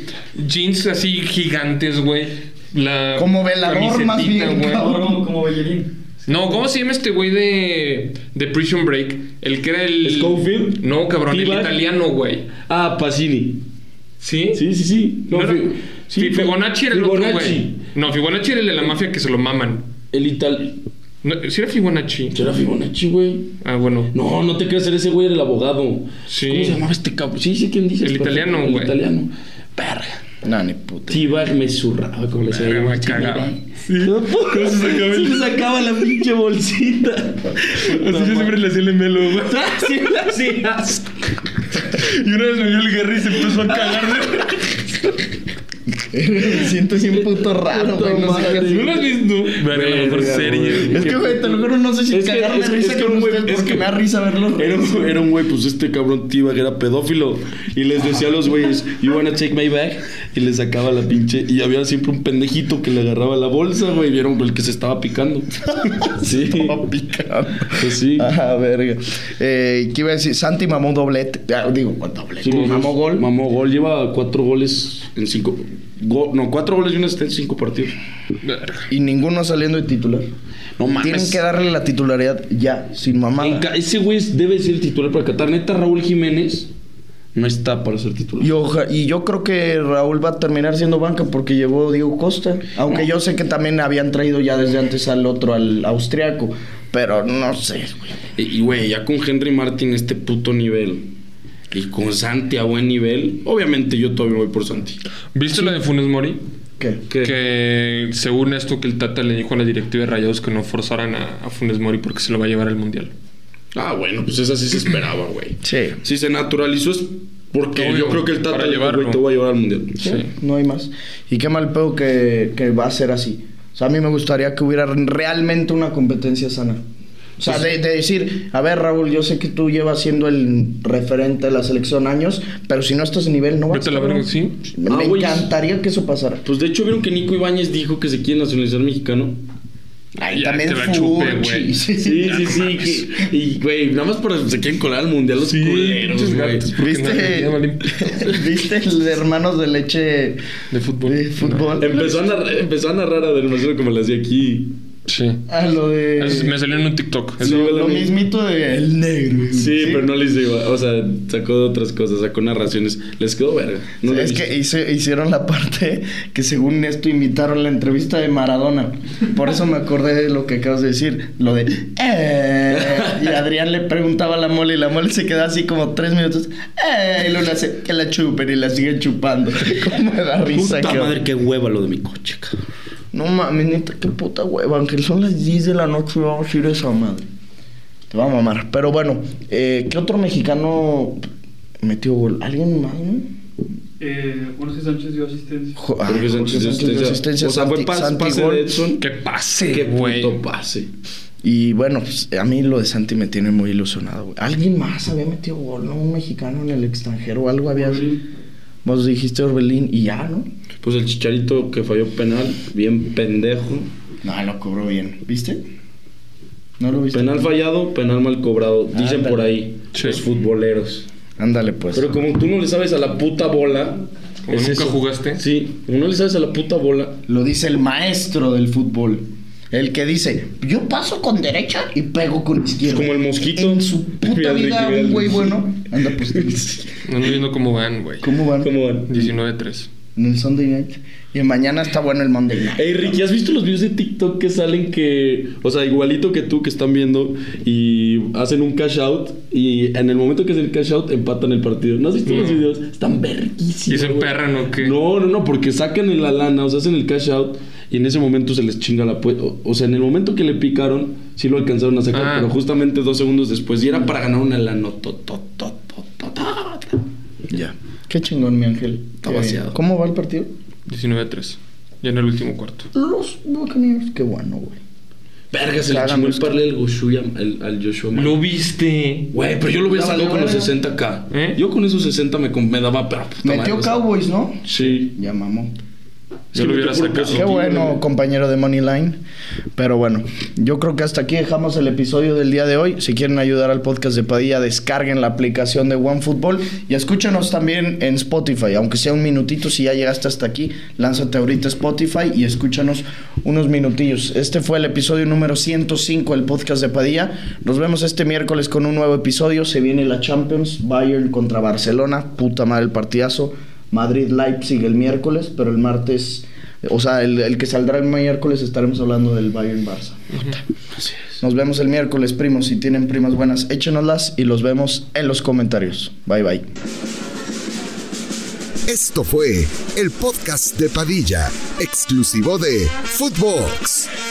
C: jeans así gigantes, güey. La
B: Como velador, más
C: camisetita,
B: bien,
C: güey.
B: cabrón.
E: Como, como bailarín.
C: No, ¿cómo se llama este güey de, de Prison Break? El que era el...
D: ¿Scofield?
C: No, cabrón, el
D: ¿Fleabag?
C: italiano, güey.
D: Ah, Pacini.
C: ¿Sí?
D: Sí, sí, sí.
C: No, era-
D: Fi- sí,
C: Fi- Fibonacci era el otro,
D: Fibonacci.
C: güey. No, Fibonacci era el de la mafia que se lo maman.
D: El ital...
C: No, ¿Sí era Fibonacci?
D: ¿Será Fibonacci, güey?
C: Ah, bueno.
D: No, no te creas, ese güey era el abogado.
C: Sí.
D: ¿Cómo se llamaba este cabrón? Sí, sí, ¿quién dice?
C: El italiano, güey.
D: El italiano. Verga.
B: No, ni puta.
D: Tibag me zurraba como le este
C: Verga, me cagaba. Sí. ¿Cómo se
D: [LAUGHS]
C: sacaba el-
D: Sí, le sacaba la pinche bolsita.
C: Así yo siempre le hacía el melo, güey.
D: Sí, la hacías.
C: Y una vez me vio el Gary y se empezó a cagar. güey.
B: Me siento bien puto raro,
D: Puta
B: güey. No sé qué
D: madre.
B: hacer.
C: ¿No lo has visto? Verga, la mejor
D: Verga, güey.
C: serie.
B: Es que, güey, te lo juro, no sé si
D: Es que-
B: cagarme
D: es que-
B: risa
D: es que
B: con
D: un güey-
B: ustedes
D: es
B: porque
D: que-
B: me da risa verlos
D: Era un, era un güey, pues este cabrón Tibag era pedófilo. Y les decía a los güeyes, You wanna take my bag? Y les sacaba la pinche. Y había siempre un pendejito que le agarraba la bolsa, güey. Vieron el que se estaba picando. Sí.
C: [LAUGHS]
B: [LAUGHS] picado.
D: Pues sí.
B: Ah, verga. Eh, ¿Qué iba a decir? Santi mamó doblete. Ah, digo, doblete.
D: Sí,
B: mamó gol.
D: Mamó gol. Lleva cuatro goles en cinco. go- no, cuatro goles y una está en cinco partidos.
C: Verga.
B: Y ninguno saliendo de titular.
D: No mames.
B: Tienen que darle la titularidad ya, sin
D: En
B: mamada.
D: ca- Ese güey es- debe ser el titular para Qatar. Neta, Raúl Jiménez no está para ser titular.
B: Y, oja- y yo creo que Raúl va a terminar siendo banca porque llevó a Diego Costa. Aunque yo sé que también habían traído ya desde antes al otro, al austriaco. Pero no sé, güey.
D: Y- Y, güey, ya con Henry Martin este puto nivel. Y con Santi a buen nivel. Obviamente yo todavía voy por Santi.
C: ¿Viste la de Funes Mori?
B: ¿Qué?
D: ¿Qué?
C: Que según esto que el Tata le dijo a la directiva de Rayados que no forzaran a, a Funes Mori porque se lo va a llevar al Mundial.
D: Ah, bueno, pues esa sí se esperaba, güey.
B: Sí.
D: Si se naturalizó es porque
C: Obvio,
D: yo creo que el Tata
C: para
D: le dijo,
C: llevarlo.
D: güey, te voy a llevar al Mundial.
C: Sí.
B: No hay más. Y qué mal pedo que, que va a ser así. O sea, a mí me gustaría que hubiera realmente una competencia sana. O sea, de, de decir, a ver, Raúl, yo sé que tú llevas siendo el referente de la selección años, pero si no estás en nivel, no vas
C: Vete a la
B: cabrón.
C: verga, sí.
B: Me,
D: Ah,
B: me
D: güey.
B: encantaría que eso pasara.
D: Pues de hecho vieron que Nico Ibáñez dijo que se quiere nacionalizar mexicano.
B: Ay,
C: ya
B: también
C: te la chupé,
B: Furchi.
C: [LAUGHS] güey.
D: Sí,
C: Ya,
D: sí,
C: no
D: [LAUGHS] sí.
C: mames.
D: que- y, güey, nada más para se quieren colar al mundial los culeros,
C: pinches
D: güey.
C: gatos, [LAUGHS] porque
B: ¿Viste, [LAUGHS]
C: no- no valen-
B: ¿Viste el de Hermanos de Leche
C: De fútbol.
B: de fútbol?
D: Empezó a, narrar, empezó a narrar a Del Mazo como le hacía aquí. Eh,
C: Sí.
B: Ah, lo de...
C: Eso me salió en un TikTok. Eso.
D: Sí,
B: Lo mismito de... El negro.
D: Sí, pero no les digo. O sea, sacó de otras cosas, sacó narraciones. Les quedó verga. No la
B: es
D: viste.
B: que hice- hicieron la parte que según esto imitaron la entrevista de Maradona. Por eso me acordé de lo que acabas de decir, lo de... "Eh", y Adrián le preguntaba a la mole y la mole se queda así como tres minutos. "Eh", y luego le hace que la chupen y la siguen chupando. [LAUGHS] ¿Cómo me da risa?
D: Puta
B: cabrón.
D: madre, qué hueva lo de mi coche, cabrón.
B: No mames, neta, qué puta hueva, Ángel. Son las 10 de la noche y vamos a ir a esa madre. Te va a mamar. Pero bueno, eh, ¿qué otro mexicano metió gol? ¿Alguien más, no?
E: Eh, Jorge Sánchez dio asistencia.
B: Jo- ah,
D: Jorge Sánchez dio asistencia.
B: asistencia,
D: O sea, fue
B: Santi-
D: pas-
B: Santi
D: pase
B: gol.
D: de Edson.
C: Qué pase,
D: Qué
C: güey.
D: puto pase.
B: Y bueno, pues, a mí lo de Santi me tiene muy ilusionado, güey. ¿Alguien más había metido gol, no? Un mexicano en el extranjero o algo había...
E: Orbelín.
B: Vos dijiste Orbelín y ya, ¿no?
D: Pues el chicharito que falló penal, bien pendejo.
B: No, lo cobró bien. ¿Viste? ¿No lo viste?
D: Penal fallado, penal mal cobrado. Dicen
B: Ándale.
D: por ahí
C: Sí.
D: los futboleros.
B: Ándale, pues.
D: Pero como tú no le sabes a la puta bola.
C: Como nunca jugaste.
D: Sí, como no le sabes a la puta bola.
B: Lo dice el maestro del fútbol. El que dice, yo paso con derecha y pego con izquierda.
D: Como el mosquito.
B: En su puta
D: Mira,
B: vida,
D: Ricky, mira.
B: un güey bueno. Anda,
D: [LAUGHS]
B: pues.
C: No ando viendo cómo van, güey.
B: ¿Cómo van?
D: ¿Cómo van?
C: 19-3.
B: En el Sunday night. Y mañana está bueno el Monday night.
D: Ey, Ricky, ¿has visto los videos de TikTok que salen que, o sea, igualito que tú que están viendo y hacen un cash out y en el momento que es el cash out empatan el partido? ¿No has visto los
C: No.
D: videos? Están verguísimos.
C: ¿Y se
D: güey.
C: emperran o qué?
D: No, no, no, porque sacan en la lana, o sea, hacen el cash out y en ese momento se les chinga la puerta. O, o sea, en el momento que le picaron, sí lo alcanzaron a sacar,
C: Ah.
D: pero justamente dos segundos después y era para ganar una lana.
B: Ya. Qué chingón, mi ángel.
D: Está
B: Qué
D: vaciado.
B: bien. ¿Cómo va el partido?
C: 19-3. Ya en el último cuarto.
B: Los Buccaneers. Qué bueno, güey.
D: Verga, se le
B: Cágame
D: chingó el
B: esto.
D: parle al Goshuya, al, al Joshua. Manuel.
C: Lo viste.
D: Güey, pero yo lo hubiera
B: Ya
D: sacado
B: valió
D: con los
B: verga.
D: 60k.
C: ¿Eh?
D: Yo con esos 60 me, com- me daba, pero puta madre,
B: Metió
D: o sea,
B: Cowboys, ¿no?
D: Sí.
B: Ya mamó.
C: Yo lo hubiera
D: metió
C: sacado.
D: puro positivo,
B: Qué bueno,
D: güey.
B: compañero de Moneyline. Pero bueno, yo creo que hasta aquí dejamos el episodio del día de hoy. Si quieren ayudar al podcast de Padilla, descarguen la aplicación de OneFootball y escúchenos también en Spotify. Aunque sea un minutito, si ya llegaste hasta aquí, lánzate ahorita a Spotify y escúchanos unos minutillos. Este fue el episodio número 105 del podcast de Padilla. Nos vemos este miércoles con un nuevo episodio. Se viene la Champions, Bayern contra Barcelona. Puta madre el partidazo. Madrid-Leipzig el miércoles, pero el martes... O sea, el, el que saldrá el miércoles estaremos hablando del Bayern Barça. Nos vemos el miércoles, primos. Si tienen primas buenas, échenoslas y los vemos en los comentarios. Bye bye.
A: Esto fue el podcast de Padilla, exclusivo de Footbox.